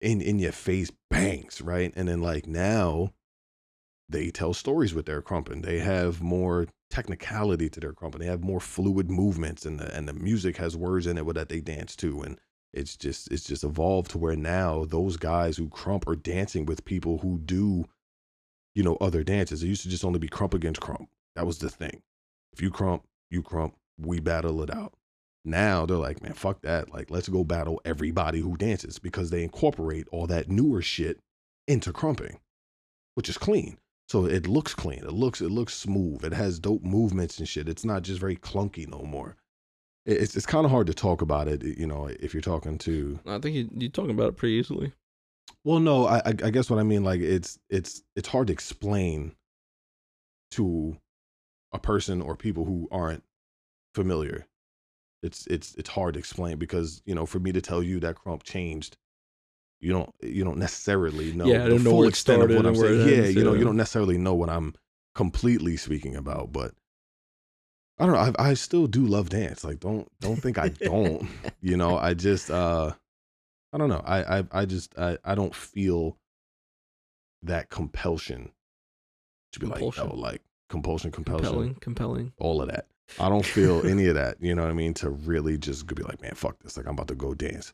Speaker 2: in in your face bangs, right? And then like now, they tell stories with their crumping. They have more technicality to their crumping. They have more fluid movements, and the and the music has words in it that they dance to, and it's just it's just evolved to where now those guys who crump are dancing with people who do, you know, other dances. It used to just only be crump against crump. That was the thing. If you crump, you crump. We battle it out. Now they're like, man, fuck that. Like, let's go battle everybody who dances because they incorporate all that newer shit into crumping, which is clean. So it looks clean. It looks it looks smooth. It has dope movements and shit. It's not just very clunky no more. It- It's it's kind of hard to talk about it, you know, if you're talking to
Speaker 1: I think you, you're talking about it pretty easily.
Speaker 2: well, no, I I I guess what I mean like it's it's it's hard to explain to a person or people who aren't familiar. It's it's it's hard to explain because you know for me to tell you that Crump changed, you don't you don't necessarily know
Speaker 1: Yeah, I
Speaker 2: the
Speaker 1: don't know
Speaker 2: full
Speaker 1: where it
Speaker 2: extent of
Speaker 1: started
Speaker 2: what I'm
Speaker 1: and where it
Speaker 2: saying. Yeah,
Speaker 1: ends,
Speaker 2: you know
Speaker 1: yeah.
Speaker 2: you don't necessarily know what I'm completely speaking about, but. I don't know. I, I still do love dance. Like, don't don't think I don't. you know, I just uh, I don't know. I I I just I I don't feel that compulsion to be like,
Speaker 1: Compulsion.
Speaker 2: oh, like compulsion, compulsion,
Speaker 1: Compelling, compelling.
Speaker 2: all of that. I don't feel any of that. You know what I mean? To really just be like, man, fuck this. Like I'm about to go dance.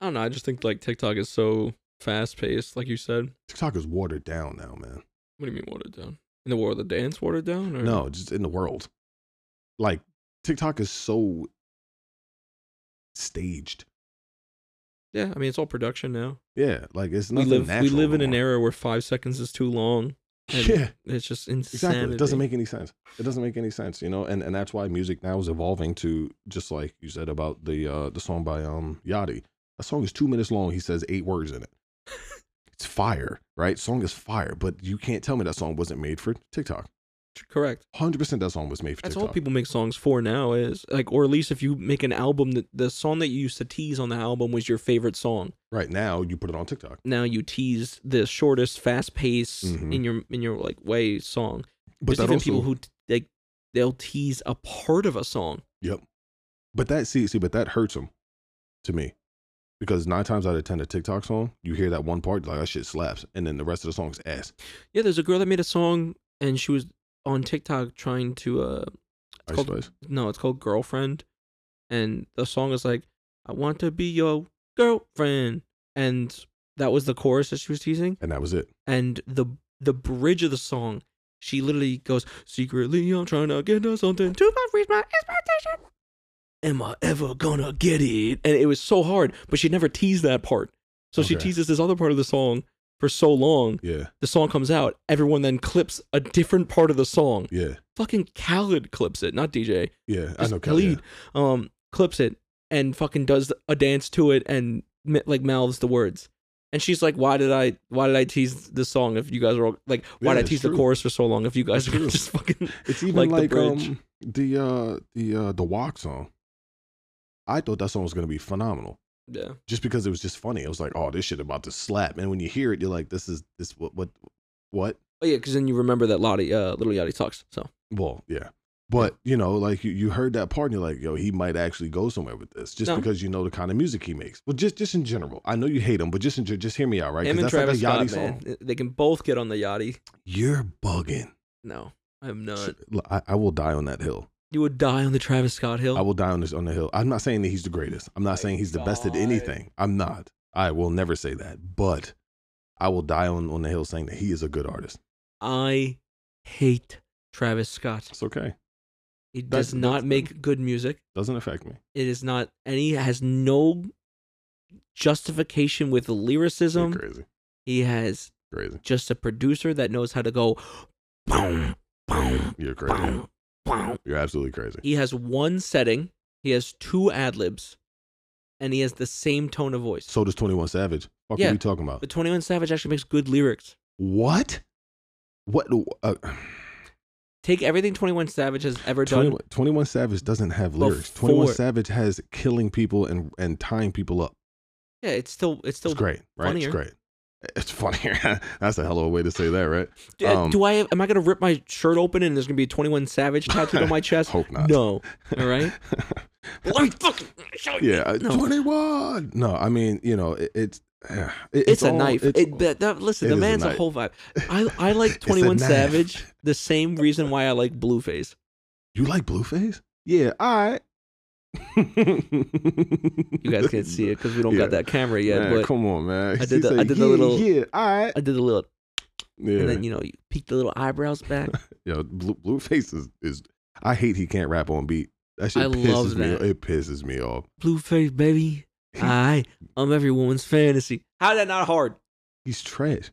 Speaker 1: I don't know. I just think like TikTok is so fast paced, like you said.
Speaker 2: TikTok is watered down now, man.
Speaker 1: What do you mean watered down? In the world of dance, watered down? Or?
Speaker 2: No, just in the world. Like TikTok is so staged.
Speaker 1: Yeah, I mean it's all production now.
Speaker 2: Yeah, like it's
Speaker 1: We
Speaker 2: nothing
Speaker 1: live we
Speaker 2: natural
Speaker 1: live
Speaker 2: no
Speaker 1: in an
Speaker 2: more.
Speaker 1: era where five seconds is too long. and
Speaker 2: Yeah,
Speaker 1: It's just
Speaker 2: exactly.
Speaker 1: insanity.
Speaker 2: It doesn't make any sense. It doesn't make any sense, you know. And and that's why music now is evolving to just like you said about the uh the song by um Yachty. That song is two minutes long. He says eight words in it. it's fire, right? Song is fire, but you can't tell me that song wasn't made for TikTok.
Speaker 1: correct.
Speaker 2: Hundred percent, that song was made for
Speaker 1: That's all
Speaker 2: TikTok.
Speaker 1: people make songs for now is like, or at least if you make an album, the, the song that you used to tease on the album was your favorite song.
Speaker 2: right now, you put it on TikTok,
Speaker 1: Now you tease the shortest, fast pace
Speaker 2: Mhm.
Speaker 1: in your in your like way song. There's
Speaker 2: but that
Speaker 1: even
Speaker 2: also,
Speaker 1: people who t- like they'll tease a part of a song.
Speaker 2: but that see see, but that hurts them to me because nine times out of ten, a TikTok song, you hear that one part, like that shit slaps, and then the rest of the song's ass.
Speaker 1: Yeah, there's a girl that made a song and she was on TikTok trying to uh
Speaker 2: Ice
Speaker 1: called-
Speaker 2: Spice.
Speaker 1: no, it's called Girlfriend. And the song is like, I want to be your girlfriend. And that was the chorus that she was teasing.
Speaker 2: And that was it.
Speaker 1: And the the bridge of the song, she literally goes, Secretly, I'm trying to get her something to my reach my expectation. Am I ever gonna get it? And it was so hard, but she never teased that part. So she
Speaker 2: Okay.
Speaker 1: teases this other part of the song for so long.
Speaker 2: Yeah.
Speaker 1: The song comes out, everyone then clips a different part of the song.
Speaker 2: Yeah.
Speaker 1: Fucking Khaled clips it, not DJ
Speaker 2: Yeah. I
Speaker 1: Just
Speaker 2: know Kelly. yeah.
Speaker 1: lead. um clips it and fucking does a dance to it and m- like mouths the words and she's like why did i why did i tease this song if you guys were all, like why
Speaker 2: Yeah,
Speaker 1: did i
Speaker 2: it's
Speaker 1: tease
Speaker 2: true.
Speaker 1: the chorus for so long if you guys
Speaker 2: It's
Speaker 1: are
Speaker 2: true.
Speaker 1: just fucking
Speaker 2: It's even
Speaker 1: like the
Speaker 2: like,
Speaker 1: bridge.
Speaker 2: um the uh the uh the walk song. I thought that song was gonna be phenomenal.
Speaker 1: yeah
Speaker 2: Just because it was just funny. It was like, oh, this shit about to slap. And when you hear it, you're like, this is this what what what?
Speaker 1: but Oh, yeah because then you remember that Lottie uh little Yachty sucks so
Speaker 2: Well, yeah. But you know, like you, you heard that part and you're like, yo, he might actually go somewhere with this, just
Speaker 1: No.
Speaker 2: because you know the kind of music he makes. Well, just just in general, I know you hate him, but just in, ge- just hear me out, right?
Speaker 1: him
Speaker 2: 'Cause
Speaker 1: and Travis Scott
Speaker 2: Yachty
Speaker 1: man they can both get on the Yachty
Speaker 2: You're bugging.
Speaker 1: no I'm
Speaker 2: Sh-
Speaker 1: not
Speaker 2: I, I will die on that hill.
Speaker 1: you would die on the Travis Scott hill
Speaker 2: I will die on this on the hill. I'm not saying that he's the greatest. I'm not saying he's the best at
Speaker 1: God.
Speaker 2: anything. I'm not. I will never say that. But I will die on on the hill saying that he is a good artist.
Speaker 1: I hate Travis Scott
Speaker 2: It's okay.
Speaker 1: he
Speaker 2: That's-
Speaker 1: does not
Speaker 2: that's-
Speaker 1: make good music
Speaker 2: Doesn't affect me.
Speaker 1: It is not any has no justification with
Speaker 2: You're
Speaker 1: lyricism.
Speaker 2: crazy,
Speaker 1: He has
Speaker 2: crazy.
Speaker 1: just a producer that knows how to go boom, boom,
Speaker 2: You're crazy.
Speaker 1: boom, boom.
Speaker 2: You're absolutely crazy.
Speaker 1: He has one setting, he has two ad libs, and he has the same tone of voice.
Speaker 2: So does Twenty One Savage. Fuck
Speaker 1: Yeah.
Speaker 2: are we talking about?
Speaker 1: But 21 Savage actually makes good lyrics.
Speaker 2: What? What? Uh,
Speaker 1: Take everything 21 Savage has ever done.
Speaker 2: 21, 21 Savage doesn't have lyrics. 21
Speaker 1: Before-
Speaker 2: Savage has killing people and, and tying people up.
Speaker 1: Yeah, it's still it's still
Speaker 2: It's great, right?
Speaker 1: funnier.
Speaker 2: It's great. It's funnier. That's a hell of a way to say that, right?
Speaker 1: D- uh,
Speaker 2: um,
Speaker 1: do I am I going to rip my shirt open and there's going to be a 21 Savage tattooed on my chest?
Speaker 2: Hope not.
Speaker 1: No. All right? Let me fucking show you.
Speaker 2: yeah,
Speaker 1: No.
Speaker 2: 21. No, I mean, you know, it, it's it-
Speaker 1: it's, a
Speaker 2: all-
Speaker 1: knife.
Speaker 2: it's
Speaker 1: It-
Speaker 2: all-
Speaker 1: that- that- listen,
Speaker 2: it
Speaker 1: the
Speaker 2: is a
Speaker 1: man's a,
Speaker 2: knife.
Speaker 1: whole vibe. I, I like
Speaker 2: It's a
Speaker 1: 21
Speaker 2: knife.
Speaker 1: Savage the same reason why I like Blueface.
Speaker 2: You like Blueface? Yeah, I.
Speaker 1: You guys can't see it because we don't
Speaker 2: Yeah.
Speaker 1: got that camera yet,
Speaker 2: man,
Speaker 1: but
Speaker 2: come on, man.
Speaker 1: I
Speaker 2: She
Speaker 1: did the- I
Speaker 2: said,
Speaker 1: did the
Speaker 2: yeah,
Speaker 1: little-
Speaker 2: Yeah, I.
Speaker 1: I did a little,
Speaker 2: Yeah.
Speaker 1: and then, you know, you peek the little eyebrows back.
Speaker 2: Yo, blue, Blueface is, is I hate he can't rap on beat. That shit
Speaker 1: I
Speaker 2: pisses
Speaker 1: love
Speaker 2: me.
Speaker 1: that.
Speaker 2: It pisses me off.
Speaker 1: Blueface, baby. I, I'm every woman's fantasy. How is that not hard?
Speaker 2: He's trash.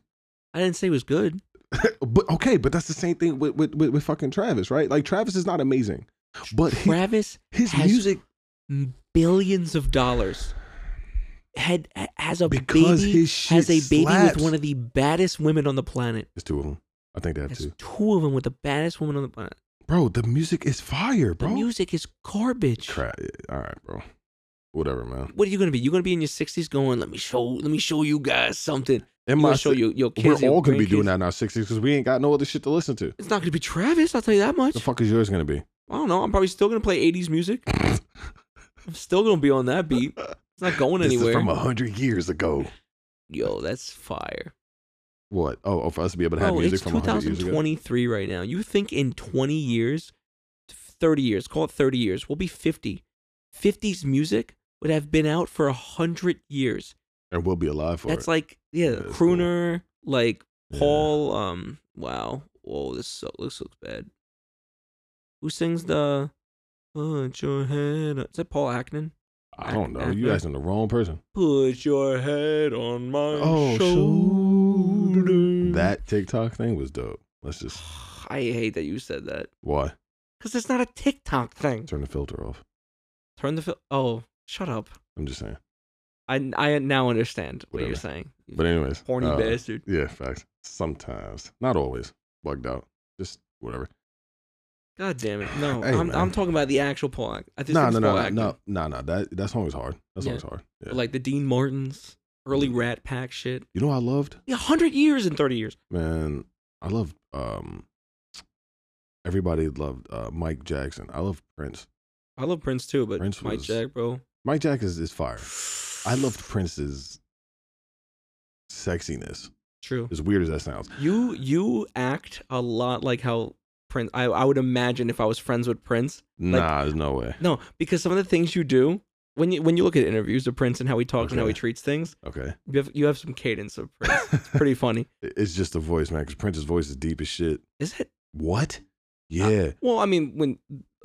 Speaker 1: I didn't say it was good.
Speaker 2: But okay, but that's the same thing with with, with, with fucking Travis, right? Like Travis is not amazing, but he-
Speaker 1: Travis
Speaker 2: his
Speaker 1: has
Speaker 2: music
Speaker 1: billions of dollars. Had has a
Speaker 2: because
Speaker 1: baby
Speaker 2: his shit
Speaker 1: has a baby
Speaker 2: slaps.
Speaker 1: with one of the baddest women on the planet.
Speaker 2: It's two of them. I think they have
Speaker 1: Has
Speaker 2: two.
Speaker 1: two of them with the baddest woman on the planet.
Speaker 2: Bro, the music is fire, bro.
Speaker 1: The music is garbage.
Speaker 2: Crap. All right, bro. Whatever, man.
Speaker 1: What are you gonna be? You're gonna be in your sixties going, let me show let me show you guys something.
Speaker 2: And
Speaker 1: I'm
Speaker 2: my
Speaker 1: gonna show you your
Speaker 2: we're
Speaker 1: kids. your
Speaker 2: all gonna be doing
Speaker 1: grandkids.
Speaker 2: that in our sixties because we ain't got no other shit to listen to.
Speaker 1: It's not gonna be Travis, I'll tell you that much.
Speaker 2: The fuck is yours gonna be?
Speaker 1: I don't know. I'm probably still gonna play eighties music. I'm still gonna be on that beat. It's not going
Speaker 2: This
Speaker 1: anywhere.
Speaker 2: is from a hundred years ago.
Speaker 1: Yo, that's fire.
Speaker 2: What? Oh, oh, for us to be able to have
Speaker 1: Bro,
Speaker 2: music
Speaker 1: it's
Speaker 2: from 100 years ago.
Speaker 1: 2023 right now. You think in 20 years, 30 years, call it 30 years, we'll be 50. 50s music would have been out for 100 years.
Speaker 2: And we'll be alive for
Speaker 1: That's
Speaker 2: it.
Speaker 1: like, yeah,
Speaker 2: Yeah, it's cool.
Speaker 1: crooner, like
Speaker 2: Yeah.
Speaker 1: Paul. Um, wow. Whoa, this so, this looks bad. Who sings the? Put your head. On, is that Paul Ackman?
Speaker 2: I don't know. You
Speaker 1: actor.
Speaker 2: asking the wrong person.
Speaker 1: Put your head on my
Speaker 2: Oh,
Speaker 1: shoulder.
Speaker 2: That TikTok thing was dope. Let's just
Speaker 1: I hate that you said that
Speaker 2: why
Speaker 1: because it's not a TikTok thing.
Speaker 2: turn the filter off.
Speaker 1: Turn the fil- oh, shut up.
Speaker 2: I'm just saying.
Speaker 1: I I now understand what you're
Speaker 2: Whatever.
Speaker 1: saying.
Speaker 2: But anyways,
Speaker 1: Horny
Speaker 2: uh,
Speaker 1: bastard.
Speaker 2: Yeah, facts. Sometimes, not always. Bugged out. Just whatever.
Speaker 1: God damn it. No,
Speaker 2: Hey,
Speaker 1: I'm,
Speaker 2: man.
Speaker 1: I'm talking about the actual Paul. Ack- I just
Speaker 2: No,
Speaker 1: think
Speaker 2: no,
Speaker 1: it's
Speaker 2: no,
Speaker 1: Paul
Speaker 2: no,
Speaker 1: Ackman.
Speaker 2: no, no, no. That that song was hard. That song
Speaker 1: Yeah.
Speaker 2: was hard. Yeah.
Speaker 1: like the Dean Martins, early
Speaker 2: Mm.
Speaker 1: Rat Pack shit.
Speaker 2: you know, what I loved
Speaker 1: Yeah, hundred years in thirty years.
Speaker 2: man. I loved um. Everybody loved uh, Mike Jackson. I love Prince.
Speaker 1: I love Prince too, but
Speaker 2: Prince
Speaker 1: Mike
Speaker 2: was-
Speaker 1: Jack, bro.
Speaker 2: Mike Jackson is, is fire. I loved Prince's sexiness.
Speaker 1: True.
Speaker 2: As weird as that sounds,
Speaker 1: You you act a lot like how Prince. I I would imagine if I was friends with Prince.
Speaker 2: nah, there's no way.
Speaker 1: No, because some of the things you do when you when you look at interviews of Prince and how he talks and how he
Speaker 2: Okay.
Speaker 1: treats things,
Speaker 2: Okay.
Speaker 1: you have you have some cadence of Prince. Pretty funny,
Speaker 2: it's just the voice, man. Because Prince's voice is deep as shit.
Speaker 1: is it?
Speaker 2: What? Yeah.
Speaker 1: Well, I mean, when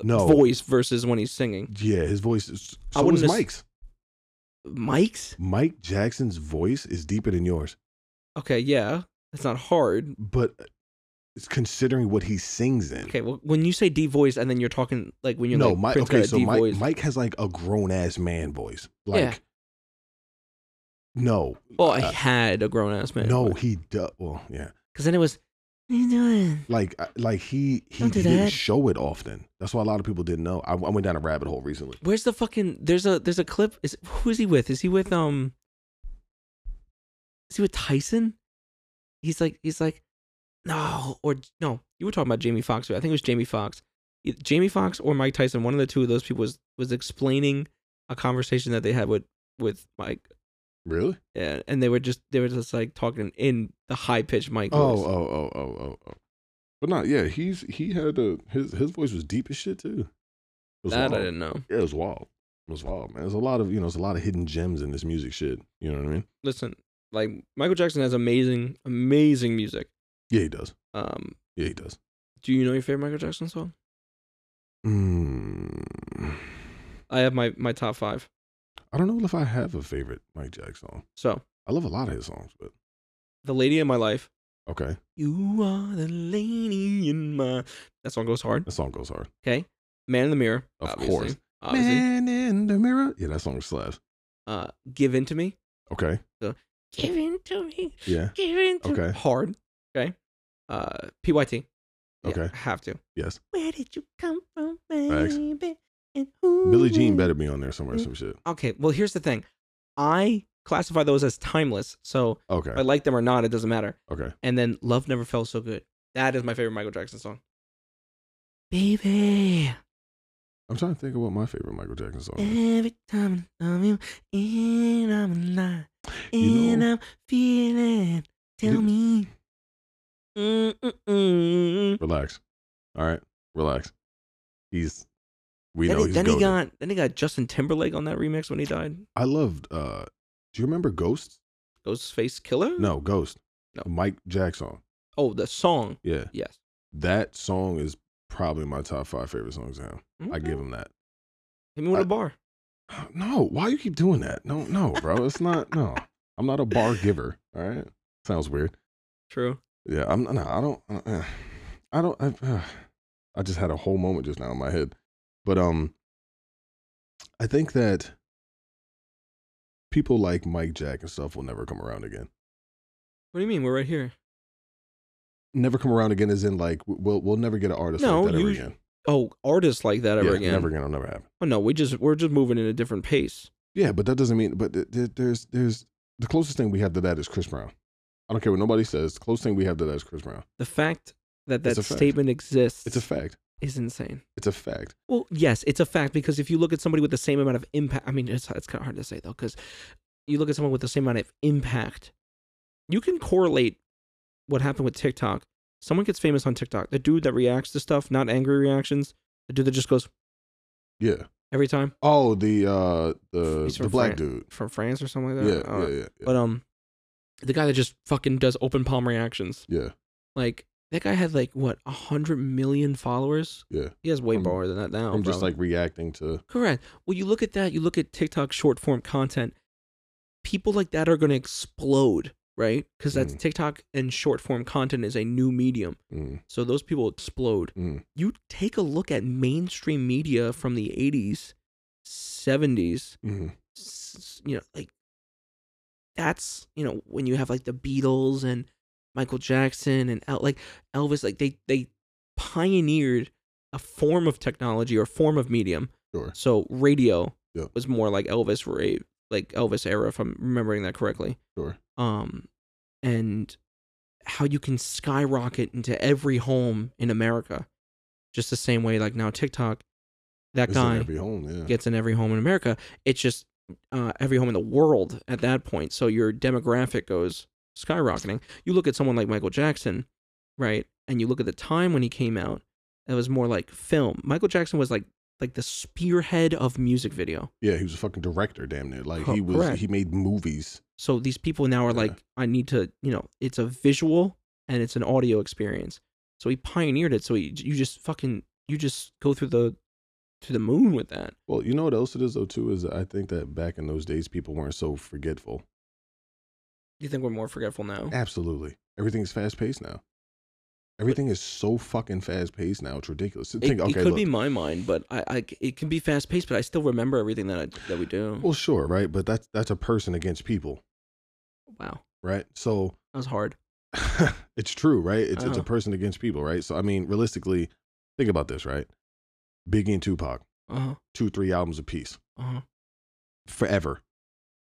Speaker 2: no.
Speaker 1: voice versus when he's singing,
Speaker 2: Yeah, his voice is.
Speaker 1: I
Speaker 2: So I
Speaker 1: wouldn't
Speaker 2: is
Speaker 1: miss-
Speaker 2: Mike's.
Speaker 1: Mike's.
Speaker 2: Mike Jackson's voice is deeper than yours,
Speaker 1: Okay, yeah, that's not hard.
Speaker 2: but it's considering what he sings in.
Speaker 1: Okay, well, when you say D voice and then you're talking like when you're
Speaker 2: no,
Speaker 1: like
Speaker 2: Mike.
Speaker 1: Prince
Speaker 2: Okay,
Speaker 1: got a
Speaker 2: so
Speaker 1: D
Speaker 2: Mike,
Speaker 1: voice.
Speaker 2: Mike has like a grown ass man voice. Like,
Speaker 1: Yeah.
Speaker 2: no,
Speaker 1: well, he
Speaker 2: uh,
Speaker 1: had a grown ass man.
Speaker 2: no, he does. Well, yeah,
Speaker 1: because then it was. What are you doing?
Speaker 2: like I- like he he,
Speaker 1: Don't do
Speaker 2: he didn't
Speaker 1: that.
Speaker 2: show it often. That's why a lot of people didn't know. I, I went down a rabbit hole recently.
Speaker 1: Where's the fucking? There's a there's a clip. Is who is he with? Is he with um? Is he with Tyson? He's like he's like, no or no. You were talking about Jamie Foxx. right? I think it was Jamie Foxx. E- Jamie Foxx or Mike Tyson. One of the two of those people was was explaining a conversation that they had with with Mike,
Speaker 2: Really?
Speaker 1: and, and they were just they were just like talking in the high pitched Mike.
Speaker 2: Oh,
Speaker 1: voice.
Speaker 2: oh, oh, oh, oh, oh. But not yeah. He's he had a his his voice was deep as shit too. It was
Speaker 1: that I
Speaker 2: wild.
Speaker 1: didn't know.
Speaker 2: Yeah, it was wild. It was wild, man. There's a lot of you know, there's a lot of hidden gems in this music shit. You know what I mean?
Speaker 1: Listen, like Michael Jackson has amazing amazing music.
Speaker 2: Yeah, he does.
Speaker 1: Um,
Speaker 2: Yeah, he does.
Speaker 1: do you know your favorite Michael Jackson song?
Speaker 2: Mm.
Speaker 1: I have my my top five.
Speaker 2: I don't know if I have a favorite Mike Jackson song.
Speaker 1: So
Speaker 2: I love a lot of his songs, but
Speaker 1: the lady in my life.
Speaker 2: okay,
Speaker 1: You are the lady in my. That song goes hard.
Speaker 2: that song goes hard.
Speaker 1: Okay. Man in the mirror.
Speaker 2: Of
Speaker 1: obviously.
Speaker 2: course.
Speaker 1: Obviously.
Speaker 2: Man in the mirror. Yeah, that song slaps.
Speaker 1: Uh, give in to me.
Speaker 2: Okay.
Speaker 1: Give in to me.
Speaker 2: Yeah.
Speaker 1: Give in to
Speaker 2: Okay.
Speaker 1: Hard. Okay. Uh, PYT. Yeah,
Speaker 2: Okay.
Speaker 1: I have to.
Speaker 2: Yes.
Speaker 1: Where did you come from,
Speaker 2: Facts.
Speaker 1: baby? And who
Speaker 2: Billie Jean
Speaker 1: will-
Speaker 2: better be on there somewhere, some shit.
Speaker 1: Okay. Well, here's the thing. I classify those as timeless. So
Speaker 2: Okay.
Speaker 1: if I like them or not, it doesn't matter.
Speaker 2: Okay.
Speaker 1: and then Love Never Felt So Good. That is my favorite Michael Jackson song. Baby,
Speaker 2: I'm trying to think of what my favorite Michael Jackson song is.
Speaker 1: every time I love you, and I'm alive,
Speaker 2: You know-
Speaker 1: I'm feeling.
Speaker 2: You-
Speaker 1: me. Mm-mm-mm.
Speaker 2: Relax. All right. Relax. He's we
Speaker 1: Then,
Speaker 2: know
Speaker 1: he,
Speaker 2: he's
Speaker 1: then he
Speaker 2: goated.
Speaker 1: got then he got Justin Timberlake on that remix when he died.
Speaker 2: I loved uh do you remember Ghost?
Speaker 1: Ghostface Killer.
Speaker 2: No, Ghost.
Speaker 1: No.
Speaker 2: Mike Jackson.
Speaker 1: Oh, the song.
Speaker 2: Yeah.
Speaker 1: Yes.
Speaker 2: That song is probably my top five favorite songs now. I
Speaker 1: Okay.
Speaker 2: give him that.
Speaker 1: Hit me with a
Speaker 2: I-
Speaker 1: bar.
Speaker 2: No, why you keep doing that? No, no, bro. It's not no. I'm not a bar giver. All right. Sounds weird.
Speaker 1: True.
Speaker 2: Yeah, I'm no, I don't uh, I don't I, uh, I just had a whole moment just now in my head. But um I think that people like Mike Jack and stuff will never come around again.
Speaker 1: What do you mean? We're right here.
Speaker 2: Never come around again as in like we'll we'll never get an artist
Speaker 1: No,
Speaker 2: like that ever
Speaker 1: you-
Speaker 2: again.
Speaker 1: Oh, artists like that ever
Speaker 2: yeah,
Speaker 1: again?
Speaker 2: Never again. It'll never happen.
Speaker 1: Oh no, we just we're just moving at a different pace.
Speaker 2: Yeah, but that doesn't mean. But th- th- there's there's the closest thing we have to that is Chris Brown. I don't care what nobody says. The closest thing we have to that is Chris Brown.
Speaker 1: the fact that
Speaker 2: It's
Speaker 1: that
Speaker 2: a fact.
Speaker 1: statement exists
Speaker 2: It's a fact.
Speaker 1: is insane.
Speaker 2: It's a fact.
Speaker 1: Well, yes, it's a fact because if you look at somebody with the same amount of impact, I mean, it's it's kind of hard to say though because you look at someone with the same amount of impact, you can correlate what happened with TikTok. Someone gets famous on TikTok. The dude that reacts to stuff, not angry reactions. The dude that just goes
Speaker 2: Yeah.
Speaker 1: every time
Speaker 2: Oh, the uh the
Speaker 1: He's
Speaker 2: the
Speaker 1: from
Speaker 2: black
Speaker 1: France.
Speaker 2: dude.
Speaker 1: from France or something like
Speaker 2: Yeah,
Speaker 1: that.
Speaker 2: yeah,
Speaker 1: I don't know.
Speaker 2: yeah, yeah.
Speaker 1: But um, the guy that just fucking does open palm reactions.
Speaker 2: yeah.
Speaker 1: Like that guy had like what a hundred million followers.
Speaker 2: Yeah.
Speaker 1: He has way
Speaker 2: I'm-
Speaker 1: more than that now.
Speaker 2: I'm just
Speaker 1: bro.
Speaker 2: like reacting to.
Speaker 1: Correct. Well, you look at that, you look at TikTok short form content, people like that are going to explode, right? Because that's
Speaker 2: Mm.
Speaker 1: TikTok and short form content is a new medium.
Speaker 2: Mm,
Speaker 1: So those people explode.
Speaker 2: mm.
Speaker 1: You take a look at mainstream media from the 80s, 70s,
Speaker 2: Mm.
Speaker 1: s- you know, like that's, you know, when you have like the Beatles and Michael Jackson and El- like Elvis, like they, they pioneered a form of technology or form of medium
Speaker 2: Sure.
Speaker 1: so radio
Speaker 2: Yeah.
Speaker 1: was more like Elvis rave, like Elvis era, if I'm remembering that correctly.
Speaker 2: Sure.
Speaker 1: Um, and how you can skyrocket into every home in America, just the same way like now TikTok, that
Speaker 2: It's in
Speaker 1: guy
Speaker 2: every home. Yeah.
Speaker 1: gets in every home in America. It's just uh, every home in the world at that point. So your demographic goes skyrocketing. You look at someone like Michael Jackson, right? And you look at the time when he came out It was more like film. Michael Jackson was like like the spearhead of music video.
Speaker 2: Yeah, he was a fucking director, damn near. Like
Speaker 1: Co-
Speaker 2: he was,
Speaker 1: Oh, correct.
Speaker 2: he made movies.
Speaker 1: So these people now are
Speaker 2: Yeah.
Speaker 1: like, I need to, you know, it's a visual and it's an audio experience. So he pioneered it. So he, you just fucking you just go through the to the moon with that.
Speaker 2: Well, you know what else it is though too is I think that back in those days people weren't so forgetful.
Speaker 1: You think we're more forgetful now?
Speaker 2: Absolutely, everything's fast paced now. Everything is so fucking fast paced now. It's ridiculous.
Speaker 1: It,
Speaker 2: Think,
Speaker 1: it
Speaker 2: okay,
Speaker 1: could
Speaker 2: look,
Speaker 1: be my mind, but I, I it can be fast paced, but I still remember everything that I, that we do.
Speaker 2: well, sure, right, but that's that's a person against people,
Speaker 1: wow,
Speaker 2: right? So
Speaker 1: that was hard.
Speaker 2: it's true, right? It's it's
Speaker 1: Uh-huh.
Speaker 2: a person against people, right? So I mean, realistically, think about this, right? Biggie and Tupac,
Speaker 1: Uh huh.
Speaker 2: two three albums apiece,
Speaker 1: Uh huh.
Speaker 2: forever,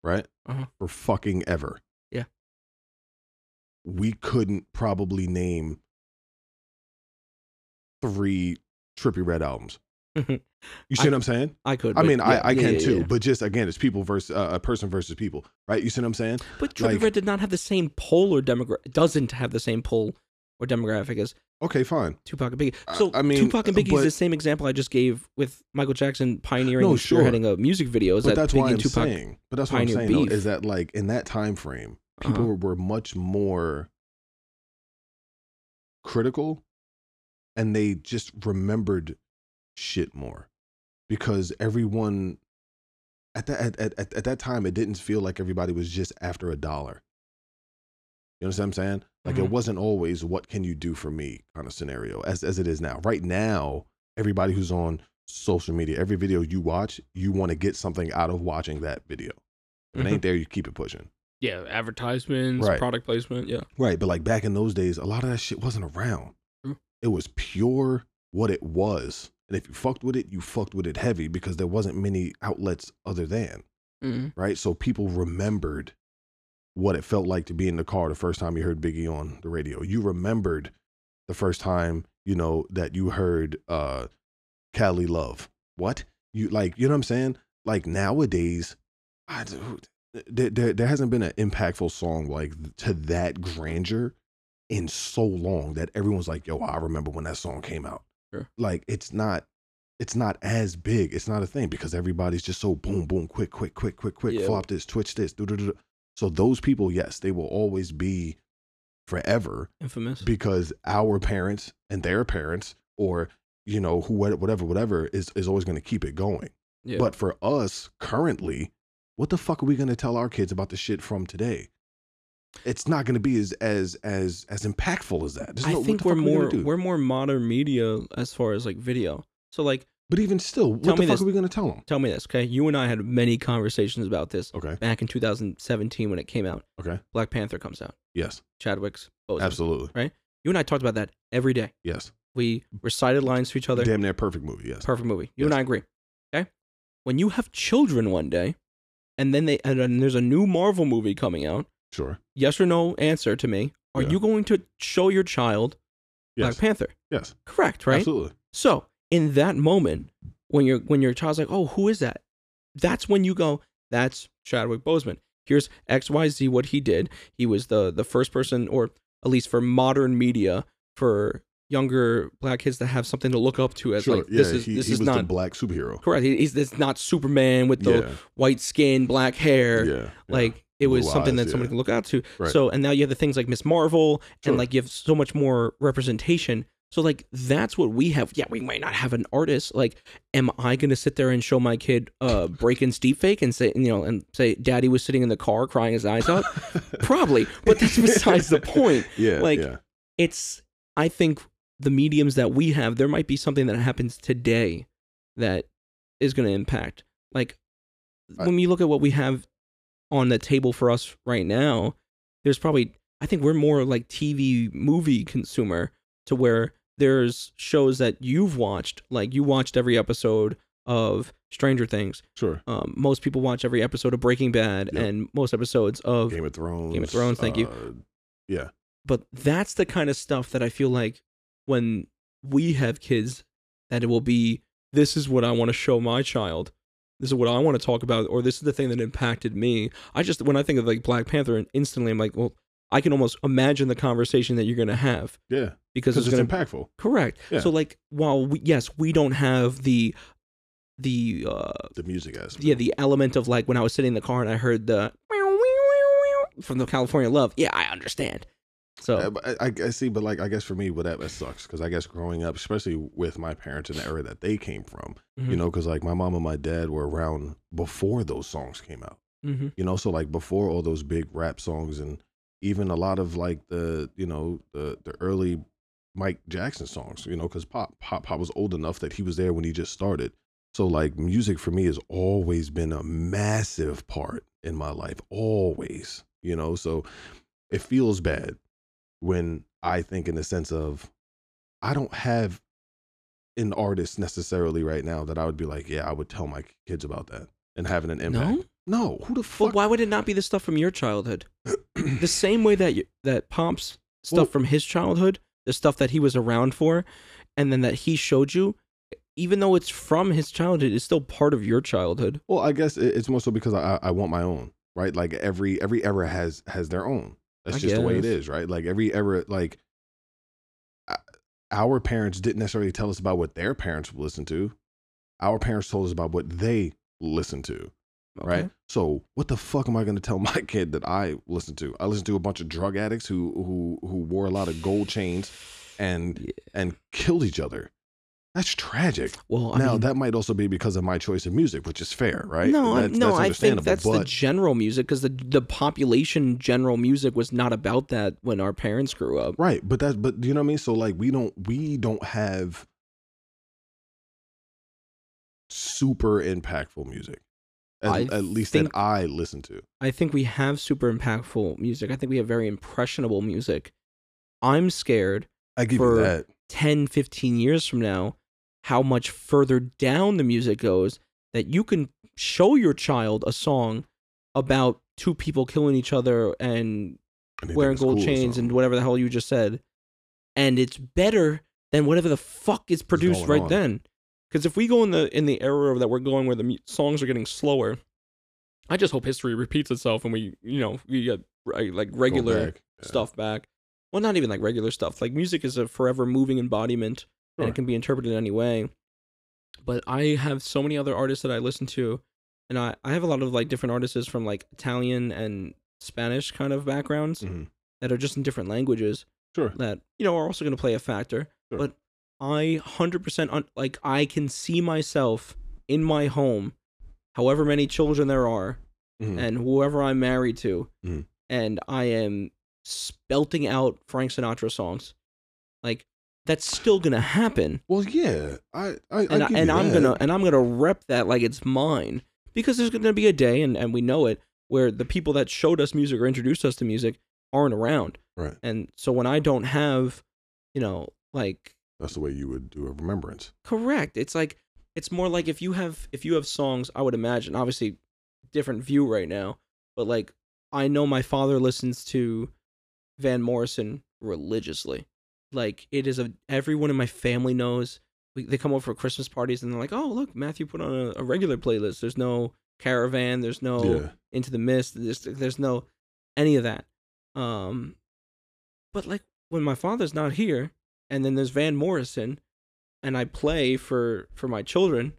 Speaker 2: right?
Speaker 1: Uh-huh.
Speaker 2: For fucking ever.
Speaker 1: Yeah.
Speaker 2: We couldn't probably name three trippy red albums. you see what I'm saying?
Speaker 1: I could.
Speaker 2: I
Speaker 1: but
Speaker 2: mean,
Speaker 1: yeah,
Speaker 2: I, I
Speaker 1: yeah,
Speaker 2: can
Speaker 1: yeah,
Speaker 2: too,
Speaker 1: yeah.
Speaker 2: but just again, it's people versus uh, a person versus people, right? You see what I'm saying?
Speaker 1: But Trippie
Speaker 2: like-
Speaker 1: Red did not have the same pull or demographic. Doesn't have the same pull or demographic as
Speaker 2: Okay, fine.
Speaker 1: Tupac and Biggie.
Speaker 2: I-
Speaker 1: So
Speaker 2: I mean,
Speaker 1: Tupac and Biggie
Speaker 2: but-
Speaker 1: is the same example I just gave with Michael Jackson pioneering
Speaker 2: No,
Speaker 1: and
Speaker 2: sure.
Speaker 1: spearheading a music video. Is
Speaker 2: but
Speaker 1: that
Speaker 2: that's
Speaker 1: Biggie
Speaker 2: why I'm
Speaker 1: and Tupac?
Speaker 2: saying. But that's what I'm
Speaker 1: pioneered
Speaker 2: saying though,
Speaker 1: beef.
Speaker 2: is that like in that time frame, people
Speaker 1: Uh-huh.
Speaker 2: were, were much more critical, and they just remembered shit more because everyone at that at, at, at, at that time it didn't feel like everybody was just after a dollar. You understand what I'm saying? Like
Speaker 1: Mhm.
Speaker 2: it wasn't always what can you do for me kind of scenario as as it is now. Right now, everybody who's on social media, every video you watch, you want to get something out of watching that video. If
Speaker 1: Mhm.
Speaker 2: it ain't there, you keep it pushing.
Speaker 1: Yeah, advertisements,
Speaker 2: Right.
Speaker 1: product placement. Yeah.
Speaker 2: Right. But like back in those days, a lot of that shit wasn't around.
Speaker 1: True.
Speaker 2: It was pure what it was. And if you fucked with it, you fucked with it heavy because there wasn't many outlets other than.
Speaker 1: Mm.
Speaker 2: Right. So people remembered what it felt like to be in the car the first time you heard Biggie on the radio. You remembered the first time, you know, that you heard uh Cali Love. What? You like, you know what I'm saying? Like nowadays, I do, there, there, there hasn't been an impactful song like to that grandeur in so long that everyone's like, yo, I remember when that song came out.
Speaker 1: Sure.
Speaker 2: Like it's not it's not as big. It's not a thing because everybody's just so boom, boom, quick, quick, quick, quick, quick,
Speaker 1: Yeah.
Speaker 2: flop this, twitch this, do do do. do. So those people, yes, they will always be forever
Speaker 1: Infamous.
Speaker 2: because our parents and their parents, or you know, who whatever, whatever, is is always going to keep it going.
Speaker 1: yeah.
Speaker 2: But for us currently, what the fuck are we going to tell our kids about the shit from today? It's not going to be as as as as impactful as that. There's
Speaker 1: I
Speaker 2: no- what
Speaker 1: think
Speaker 2: the
Speaker 1: we're
Speaker 2: fuck are we gonna
Speaker 1: more
Speaker 2: do?
Speaker 1: we're more modern media as far as like video. So like,
Speaker 2: But even still, what
Speaker 1: Tell
Speaker 2: the
Speaker 1: me
Speaker 2: fuck
Speaker 1: this.
Speaker 2: are we going to tell them?
Speaker 1: tell me this, okay? You and I had many conversations about this
Speaker 2: Okay.
Speaker 1: back in 2017 when it came out.
Speaker 2: Okay.
Speaker 1: Black Panther comes out.
Speaker 2: Yes.
Speaker 1: Chadwick's Boseman.
Speaker 2: Absolutely.
Speaker 1: You and I talked about that every day.
Speaker 2: Yes.
Speaker 1: We recited lines to each other.
Speaker 2: Damn near perfect movie. Yes.
Speaker 1: Perfect movie. You
Speaker 2: Yes.
Speaker 1: and I agree. Okay. When you have children one day, and then they and then there's a new Marvel movie coming out.
Speaker 2: Sure.
Speaker 1: Yes or no answer to me. Are
Speaker 2: Yeah.
Speaker 1: you going to show your child
Speaker 2: Yes.
Speaker 1: Black Panther?
Speaker 2: yes.
Speaker 1: Correct, right?
Speaker 2: Absolutely.
Speaker 1: So in that moment, when your when your child's like, "Oh, who is that?" That's when you go, "That's Chadwick Boseman." Here's X, Y, Z. What he did. He was the the first person, or at least for modern media, for younger black kids to have something to look up to as
Speaker 2: sure.
Speaker 1: like
Speaker 2: yeah.
Speaker 1: this is
Speaker 2: he
Speaker 1: this
Speaker 2: he
Speaker 1: is
Speaker 2: was
Speaker 1: not
Speaker 2: the black superhero.
Speaker 1: correct. He- He's it's not Superman with the
Speaker 2: yeah.
Speaker 1: white skin, black
Speaker 2: Yeah.
Speaker 1: hair.
Speaker 2: yeah.
Speaker 1: Like it was
Speaker 2: Blue
Speaker 1: something
Speaker 2: eyes,
Speaker 1: that somebody
Speaker 2: yeah.
Speaker 1: can look out to.
Speaker 2: Right.
Speaker 1: So and now you have the things like Miss Marvel
Speaker 2: Sure.
Speaker 1: and like you have so much more representation. So like that's what we have. Yeah, we might not have an artist. Like, am I gonna sit there and show my kid uh breaking deep fake and say you know and say daddy was sitting in the car crying his eyes out? Probably. But that's besides the point.
Speaker 2: yeah.
Speaker 1: like,
Speaker 2: yeah.
Speaker 1: It's I think the mediums that we have, there might be something that happens today that is gonna impact. Like
Speaker 2: I-
Speaker 1: when we look at what we have on the table for us right now, there's probably I think we're more like TV movie consumer to where there's shows that you've watched, like you watched every episode of Stranger Things.
Speaker 2: Sure.
Speaker 1: Um, most people watch every episode of Breaking Bad
Speaker 2: Yep.
Speaker 1: and most episodes of
Speaker 2: Game of Thrones.
Speaker 1: Game of Thrones, thank you.
Speaker 2: uh,
Speaker 1: but that's the kind of stuff that I feel like when we have kids that it will be this is what I want to show my child. This is what I want to talk about or this is the thing that impacted me. I just when I think of like Black Panther instantly I'm like, well, I can almost imagine the conversation that you're going to have
Speaker 2: Yeah,
Speaker 1: because
Speaker 2: because
Speaker 1: it's
Speaker 2: it's
Speaker 1: going to
Speaker 2: impactful.
Speaker 1: correct.
Speaker 2: Yeah.
Speaker 1: So like while we, yes, we don't have the the uh
Speaker 2: The music aspect.
Speaker 1: yeah, the element of like when I was sitting in the car and I heard the meow, meow, meow, meow from the California Love. Yeah, I understand.
Speaker 2: Uh,
Speaker 1: So
Speaker 2: but I, I- I see, but like I guess for me, but that, that sucks because I guess growing up, especially with my parents in the era that they came from,
Speaker 1: Mm-hmm.
Speaker 2: you know, because like my mom and my dad were around before those songs came out,
Speaker 1: hmm
Speaker 2: you know, so like before all those big rap songs and even a lot of like the you know the the early Mike Jackson songs, you know, because pop pop pop was old enough that he was there when he just started. So like music for me has always been a massive part in my life, always, you know. So it feels bad when I think in the sense of I don't have an artist necessarily right now that I would be like, yeah, I would tell my kids about that and having an impact.
Speaker 1: no,
Speaker 2: No, who the
Speaker 1: but
Speaker 2: fuck?
Speaker 1: why would it not be the stuff from your childhood? the same way that you, that Pomp's stuff
Speaker 2: Well-
Speaker 1: from his childhood, the stuff that he was around for, and then that he showed you, even though it's from his childhood, it's still part of your childhood.
Speaker 2: Well, I guess it- it's more so because I, I want my own, right? Like every every era has has their own. That's
Speaker 1: I
Speaker 2: just the way it
Speaker 1: guess.
Speaker 2: is, right? Like every era, like I- our parents didn't necessarily tell us about what their parents listened to. Our parents told us about what they listened to, right?
Speaker 1: Okay?
Speaker 2: So what the fuck am I going to tell my kid that I listen to? I listen to a bunch of drug addicts who who who wore a lot of gold chains and
Speaker 1: Yeah.
Speaker 2: and killed each other. That's tragic
Speaker 1: Well, I
Speaker 2: now
Speaker 1: mean,
Speaker 2: that might also be because of my choice of music, which is fair, right?
Speaker 1: No, I-
Speaker 2: that's,
Speaker 1: no,
Speaker 2: that's
Speaker 1: I think
Speaker 2: understandable.
Speaker 1: that's the
Speaker 2: but
Speaker 1: general music because the the population general music was not about that when our parents grew up.
Speaker 2: right, but that's but you know what I mean. So like we don't we don't have super impactful music,
Speaker 1: I
Speaker 2: at, at least
Speaker 1: think-
Speaker 2: that I listen to.
Speaker 1: I think we have super impactful music. I think we have very impressionable music. I'm scared
Speaker 2: I give
Speaker 1: For-
Speaker 2: you that.
Speaker 1: 10, 15 years from now, how much further down the music goes that you can show your child a song about two people killing each other and
Speaker 2: And they think
Speaker 1: wearing
Speaker 2: it's
Speaker 1: gold
Speaker 2: cool or
Speaker 1: chains and
Speaker 2: something.
Speaker 1: whatever the hell you just said. And it's better than whatever the fuck is produced
Speaker 2: going
Speaker 1: right
Speaker 2: on?
Speaker 1: then. Because if we go in the in the era that we're going where the mu- songs are getting slower, I just hope history repeats itself and we you know we get right, like
Speaker 2: Going
Speaker 1: regular
Speaker 2: back, yeah.
Speaker 1: stuff back. Well, not even like regular stuff. Like music is a forever moving embodiment and
Speaker 2: Sure.
Speaker 1: it can be interpreted in any way. But I have so many other artists that I listen to and I, I have a lot of like different artists from like Italian and Spanish kind of backgrounds
Speaker 2: Mhm.
Speaker 1: that are just in different languages
Speaker 2: Sure,
Speaker 1: that you know are also going to play a factor.
Speaker 2: Sure.
Speaker 1: But I hundred percent un- like I can see myself in my home, however many children there are,
Speaker 2: Mhm.
Speaker 1: and whoever I'm married to,
Speaker 2: Mhm.
Speaker 1: and I am spelting out Frank Sinatra songs. Like that's still gonna happen,
Speaker 2: Well, yeah, I, I,
Speaker 1: and
Speaker 2: I
Speaker 1: I,
Speaker 2: give
Speaker 1: and
Speaker 2: you
Speaker 1: I'm
Speaker 2: that.
Speaker 1: gonna and I'm gonna rep that like it's mine because there's gonna be a day, and and we know it, where the people that showed us music or introduced us to music aren't around,
Speaker 2: right.
Speaker 1: and so when I don't have, you know, like
Speaker 2: That's the way you would do a remembrance.
Speaker 1: correct it's like it's more like if you have if you have songs i would imagine obviously different view right now but like i know my father listens to van morrison religiously like it is a everyone in my family knows we, they come over for christmas parties and they're like oh look matthew put on a, a regular playlist there's no caravan there's no
Speaker 2: Yeah,
Speaker 1: into the mist. There's, there's no any of that. Um, but like when my father's not here, and then there's Van Morrison, and I play for for my children,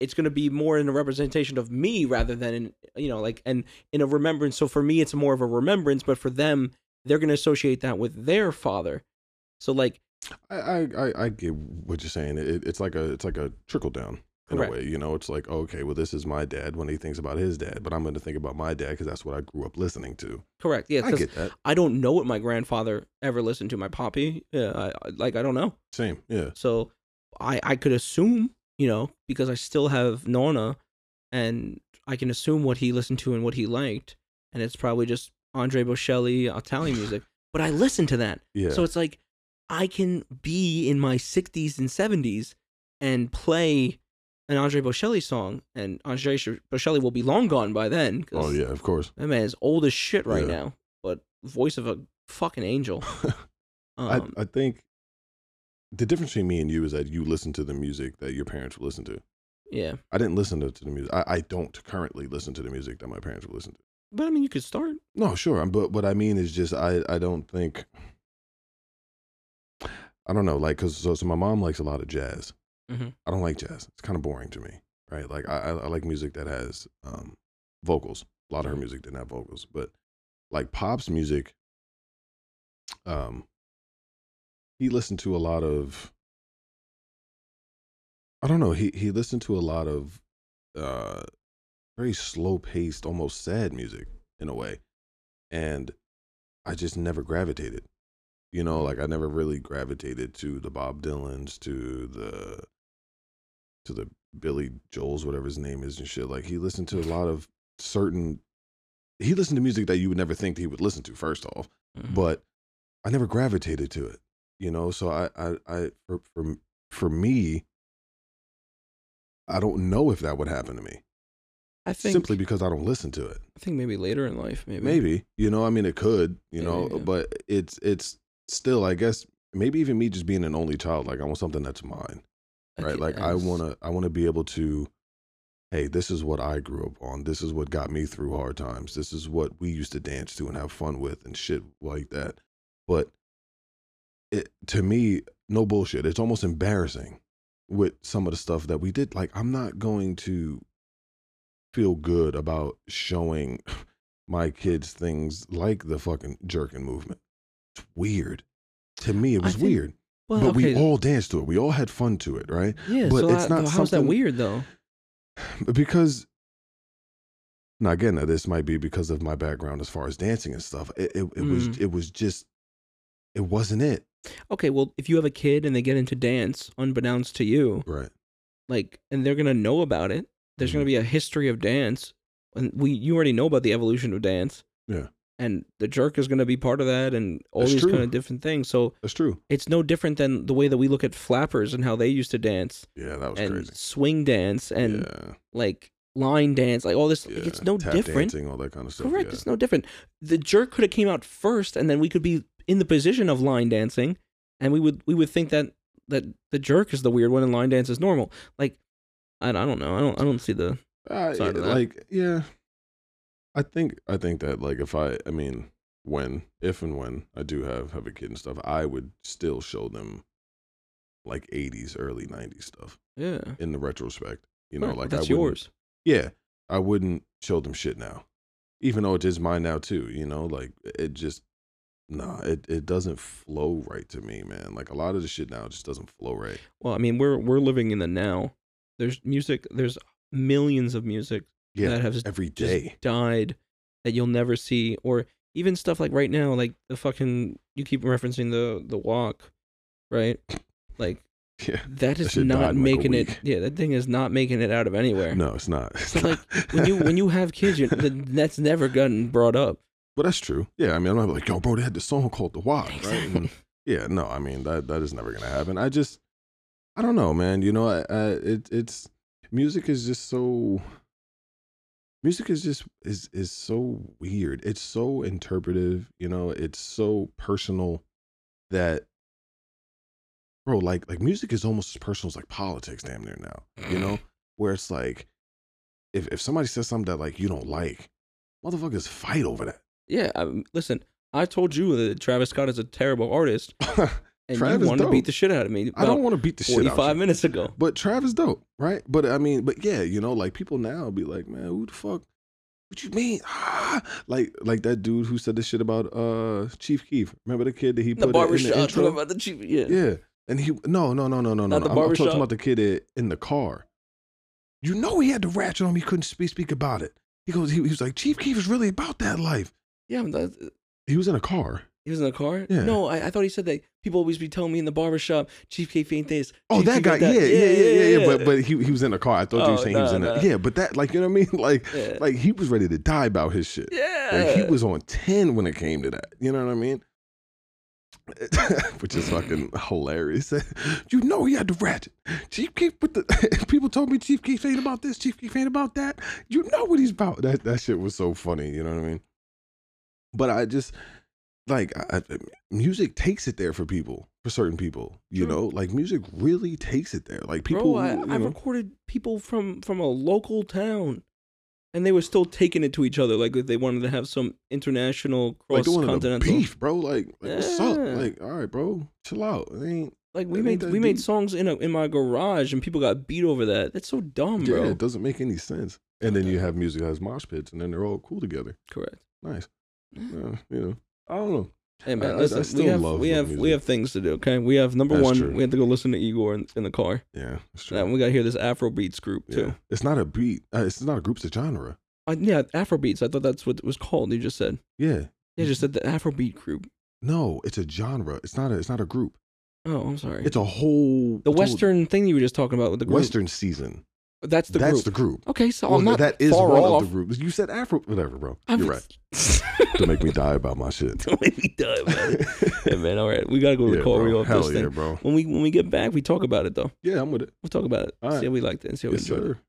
Speaker 1: it's gonna be more in a representation of me rather than in, you know like and in a remembrance. So for me, it's more of a remembrance, but for them, they're gonna associate that with their father. So like
Speaker 2: I, I, I, I get what you're saying. It, it's like a, it's like a trickle down. in
Speaker 1: correct,
Speaker 2: a way. You know, it's like, okay, well, this is my dad when he thinks about his dad, but I'm going to think about my dad because that's what I grew up listening to.
Speaker 1: correct, yeah.
Speaker 2: I
Speaker 1: 'cause
Speaker 2: get that.
Speaker 1: I don't know what my grandfather ever listened to. My poppy, yeah, I, I, like I don't know.
Speaker 2: Same. Yeah.
Speaker 1: So I I could assume, you know, because I still have Nona and I can assume what he listened to and what he liked. And it's probably just Andre Bocelli Italian music. But I listen to that.
Speaker 2: Yeah.
Speaker 1: So it's like I can be in my 60s and 70s and play an Andre Bocelli song. And Andre Sh- Bocelli will be long gone by then. 'cause
Speaker 2: oh, yeah, of course.
Speaker 1: That man is old as shit right
Speaker 2: Yeah.
Speaker 1: now. But voice of a fucking angel. Um,
Speaker 2: I, I think the difference between me and you is that you listen to the music that your parents would listen to.
Speaker 1: yeah.
Speaker 2: I didn't listen to, to the music. I, I don't currently listen to the music that my parents would listen to.
Speaker 1: But I mean, you could start.
Speaker 2: No, sure. I'm- But what I mean is just I I don't think I don't know like because so, so my mom likes a lot of jazz.
Speaker 1: Mhm.
Speaker 2: I don't like jazz. It's kind of boring to me, right? Like I I I like music that has um vocals. A lot of her music didn't have vocals, but like pop's music. Um, he listened to a lot of. I don't know. He he listened to a lot of, uh, very slow paced, almost sad music in a way and I just never gravitated. You know, like I never really gravitated to the Bob Dylan's, to the to the Billy Joel's, whatever his name is and shit. Like he listened to a lot of certain he listened to music that you would never think that he would listen to, first off.
Speaker 1: Mm-hmm.
Speaker 2: But I never gravitated to it. You know, so I I, I for, for for me, I don't know if that would happen to me.
Speaker 1: I think
Speaker 2: simply because I don't listen to it.
Speaker 1: I think maybe later in life, maybe.
Speaker 2: Maybe. You know, I mean it could, you
Speaker 1: Maybe,
Speaker 2: know,
Speaker 1: yeah.
Speaker 2: but it's it's still I guess maybe even me just being an only child, like I want something that's mine. Right?
Speaker 1: can't-
Speaker 2: like I
Speaker 1: just-
Speaker 2: wanna I wanna be able to hey, this is what I grew up on. This is what got me through hard times. This is what we used to dance to and have fun with and shit like that. But it to me, no bullshit. It's almost embarrassing with some of the stuff that we did. Like I'm not going to feel good about showing my kids things like the fucking jerking movement. It's weird. To me, it
Speaker 1: I
Speaker 2: was
Speaker 1: think-
Speaker 2: weird.
Speaker 1: Well,
Speaker 2: but
Speaker 1: okay.
Speaker 2: we all danced to it. We all had fun to it, right?
Speaker 1: yeah,
Speaker 2: but
Speaker 1: so
Speaker 2: it's
Speaker 1: I-
Speaker 2: not
Speaker 1: how's that
Speaker 2: something-
Speaker 1: weird though?
Speaker 2: because now again now this might be because of my background as far as dancing and stuff it, it, it was
Speaker 1: Mm.
Speaker 2: it was just it wasn't it
Speaker 1: Okay, well, if you have a kid and they get into dance unbeknownst to you,
Speaker 2: right
Speaker 1: like and they're gonna know about it. There's gonna
Speaker 2: Mhm.
Speaker 1: be a history of dance, and we you already know about the evolution of dance.
Speaker 2: Yeah.
Speaker 1: and the jerk is gonna be part of that, and all
Speaker 2: That's
Speaker 1: these
Speaker 2: true.
Speaker 1: kind of different things. So
Speaker 2: that's true
Speaker 1: it's no different than the way that we look at flappers and how they used to dance
Speaker 2: yeah that was
Speaker 1: and
Speaker 2: crazy
Speaker 1: swing dance and
Speaker 2: yeah,
Speaker 1: like line dance, like all this. like,
Speaker 2: yeah.
Speaker 1: it's no
Speaker 2: Tap
Speaker 1: different.
Speaker 2: dancing all that kind of stuff
Speaker 1: Correct.
Speaker 2: yeah.
Speaker 1: It's no different. The jerk could have came out first, and then we could be in the position of line dancing, and we would we would think that that the jerk is the weird one and line dance is normal. Like, I, I don't know. I don't I don't see the
Speaker 2: Uh,
Speaker 1: Sorry about that.
Speaker 2: like yeah i think i think that like if i i mean when if and when i do have have a kid and stuff i would still show them like 80s early 90s stuff
Speaker 1: yeah.
Speaker 2: in the retrospect you know
Speaker 1: Right,
Speaker 2: like
Speaker 1: that's
Speaker 2: I wouldn't-
Speaker 1: yours.
Speaker 2: yeah, I wouldn't show them shit now, even though it is mine now too. You know, like it just nah, it it doesn't flow right to me, man. Like a lot of the shit now just doesn't flow right.
Speaker 1: Well, I mean, we're we're living in the now. There's music. There's millions of music
Speaker 2: Yeah,
Speaker 1: that has
Speaker 2: every
Speaker 1: just
Speaker 2: day.
Speaker 1: died that you'll never see, or even stuff like right now, like the fucking you keep referencing the the walk, right? Like
Speaker 2: Yeah.
Speaker 1: that is
Speaker 2: shit died
Speaker 1: not
Speaker 2: in, like, a
Speaker 1: making it.
Speaker 2: week.
Speaker 1: Yeah, that thing is not making it out of anywhere.
Speaker 2: No, it's not. It's
Speaker 1: So,
Speaker 2: not.
Speaker 1: When you when you have kids, you're, th- that's never gotten brought up.
Speaker 2: but that's true. Yeah, I mean, I'm not like, yo, bro, they had this song called The Walk, right? And- yeah, no, I mean that that is never gonna happen. I just, I don't know, man. You know, I, I it it's music is just so. Music is just is is so weird. It's so interpretive, you know. It's so personal that, bro. Like like music is almost as personal as like politics, damn near now. You know, where it's like, if if somebody says something that like you don't like, motherfuckers fight over that.
Speaker 1: Yeah, I, listen, I told you that Travis Scott is a terrible artist, and
Speaker 2: Travis
Speaker 1: you wanted
Speaker 2: dope.
Speaker 1: to beat the shit out of me.
Speaker 2: I don't
Speaker 1: about
Speaker 2: want to beat the shit out. of you.
Speaker 1: Forty-five minutes ago.
Speaker 2: But Travis dope, right? But I mean, but yeah, you know, like people now be like, man, who the fuck? What you mean? Ah, like like that dude who said this shit about uh Chief Keef. Remember the kid that he
Speaker 1: The
Speaker 2: put in the
Speaker 1: barbershop.
Speaker 2: intro?
Speaker 1: Talking about the chief. Yeah.
Speaker 2: yeah, and he no no no no no no.
Speaker 1: Not
Speaker 2: no.
Speaker 1: the
Speaker 2: I'm, I'm talking
Speaker 1: barbershop?
Speaker 2: about the kid that- in the car. You know he had the ratchet on. him. He couldn't speak speak about it. He goes. He, he was like Chief Keef is really about that life.
Speaker 1: Yeah, but that's-
Speaker 2: He was in a car.
Speaker 1: He was in the car?
Speaker 2: Yeah.
Speaker 1: No, I, I thought he said that people always be telling me in the barbershop, Chief Keef ain't this.
Speaker 2: Oh,
Speaker 1: Chief
Speaker 2: that
Speaker 1: Keef
Speaker 2: guy.
Speaker 1: ain't
Speaker 2: Yeah, yeah, yeah, yeah, yeah,
Speaker 1: yeah.
Speaker 2: But but he he was in a car. I thought you were
Speaker 1: Oh,
Speaker 2: saying he was
Speaker 1: nah,
Speaker 2: in a
Speaker 1: nah.
Speaker 2: yeah. But that like you know what I mean? Like
Speaker 1: Yeah.
Speaker 2: like he was ready to die about his shit.
Speaker 1: yeah.
Speaker 2: Like he was on 10 when it came to that. You know what I mean? Which is fucking hilarious. you know he had the ratchet. Chief Keef with the people told me Chief Keef ain't about this, Chief Keef ain't about that. You know what he's about. That that shit was so funny, you know what I mean? But I just like I, I- music takes it there for people, for certain people. You
Speaker 1: True.
Speaker 2: know, like music really takes it there. Like people,
Speaker 1: Bro, I,
Speaker 2: who, you
Speaker 1: I
Speaker 2: know,
Speaker 1: recorded people from from a local town and they were still taking it to each other. Like if they wanted to have some international
Speaker 2: Like
Speaker 1: cross
Speaker 2: they wanted a
Speaker 1: continental.
Speaker 2: beef, bro. Like, like what's up?
Speaker 1: Yeah.
Speaker 2: Like, all right, bro, chill out. It ain't
Speaker 1: Like we
Speaker 2: I think
Speaker 1: made
Speaker 2: they
Speaker 1: we made
Speaker 2: do.
Speaker 1: songs in a, in my garage, and people got beat over that. That's so dumb,
Speaker 2: yeah,
Speaker 1: bro.
Speaker 2: it doesn't make any sense. And then you have music that has mosh pits, and then they're all cool together.
Speaker 1: Correct.
Speaker 2: Nice. Yeah, you know, I don't know.
Speaker 1: Hey man,
Speaker 2: I- I
Speaker 1: listen,
Speaker 2: still
Speaker 1: we have
Speaker 2: love
Speaker 1: we
Speaker 2: the
Speaker 1: have we
Speaker 2: music.
Speaker 1: have things to do. Okay, we have number
Speaker 2: That's
Speaker 1: one.
Speaker 2: true.
Speaker 1: We have to go listen to Igor in, in the car,
Speaker 2: Yeah, it's true.
Speaker 1: and we got to hear this Afro beats group
Speaker 2: yeah.
Speaker 1: too.
Speaker 2: It's not a beat. Uh, it's not a group. It's a genre.
Speaker 1: I, yeah, Afro beats. I thought that's what it was called. You just said.
Speaker 2: Yeah.
Speaker 1: You just said the Afro beat group.
Speaker 2: No, it's a genre. It's not a. It's not a group.
Speaker 1: Oh, I'm sorry.
Speaker 2: It's a whole
Speaker 1: the
Speaker 2: it's a whole
Speaker 1: Western thing you were just talking about with the group.
Speaker 2: Western season.
Speaker 1: That's the
Speaker 2: That's
Speaker 1: group.
Speaker 2: the group.
Speaker 1: okay, so
Speaker 2: Well,
Speaker 1: I'm not
Speaker 2: that is
Speaker 1: far
Speaker 2: one
Speaker 1: off.
Speaker 2: of the groups. You said Afro, whatever, bro.
Speaker 1: I'm
Speaker 2: You're right. Don't make me die about my shit.
Speaker 1: Don't make me die, man. hey, man, all right, we gotta go
Speaker 2: Yeah,
Speaker 1: record.
Speaker 2: bro.
Speaker 1: We off
Speaker 2: Hell
Speaker 1: this
Speaker 2: yeah,
Speaker 1: thing.
Speaker 2: bro.
Speaker 1: When we when we get back, we talk about it though.
Speaker 2: Yeah, I'm with it.
Speaker 1: We'll talk about it.
Speaker 2: All
Speaker 1: see
Speaker 2: right.
Speaker 1: how we liked it and see how
Speaker 2: Yes,
Speaker 1: we enjoyed it.
Speaker 2: sir.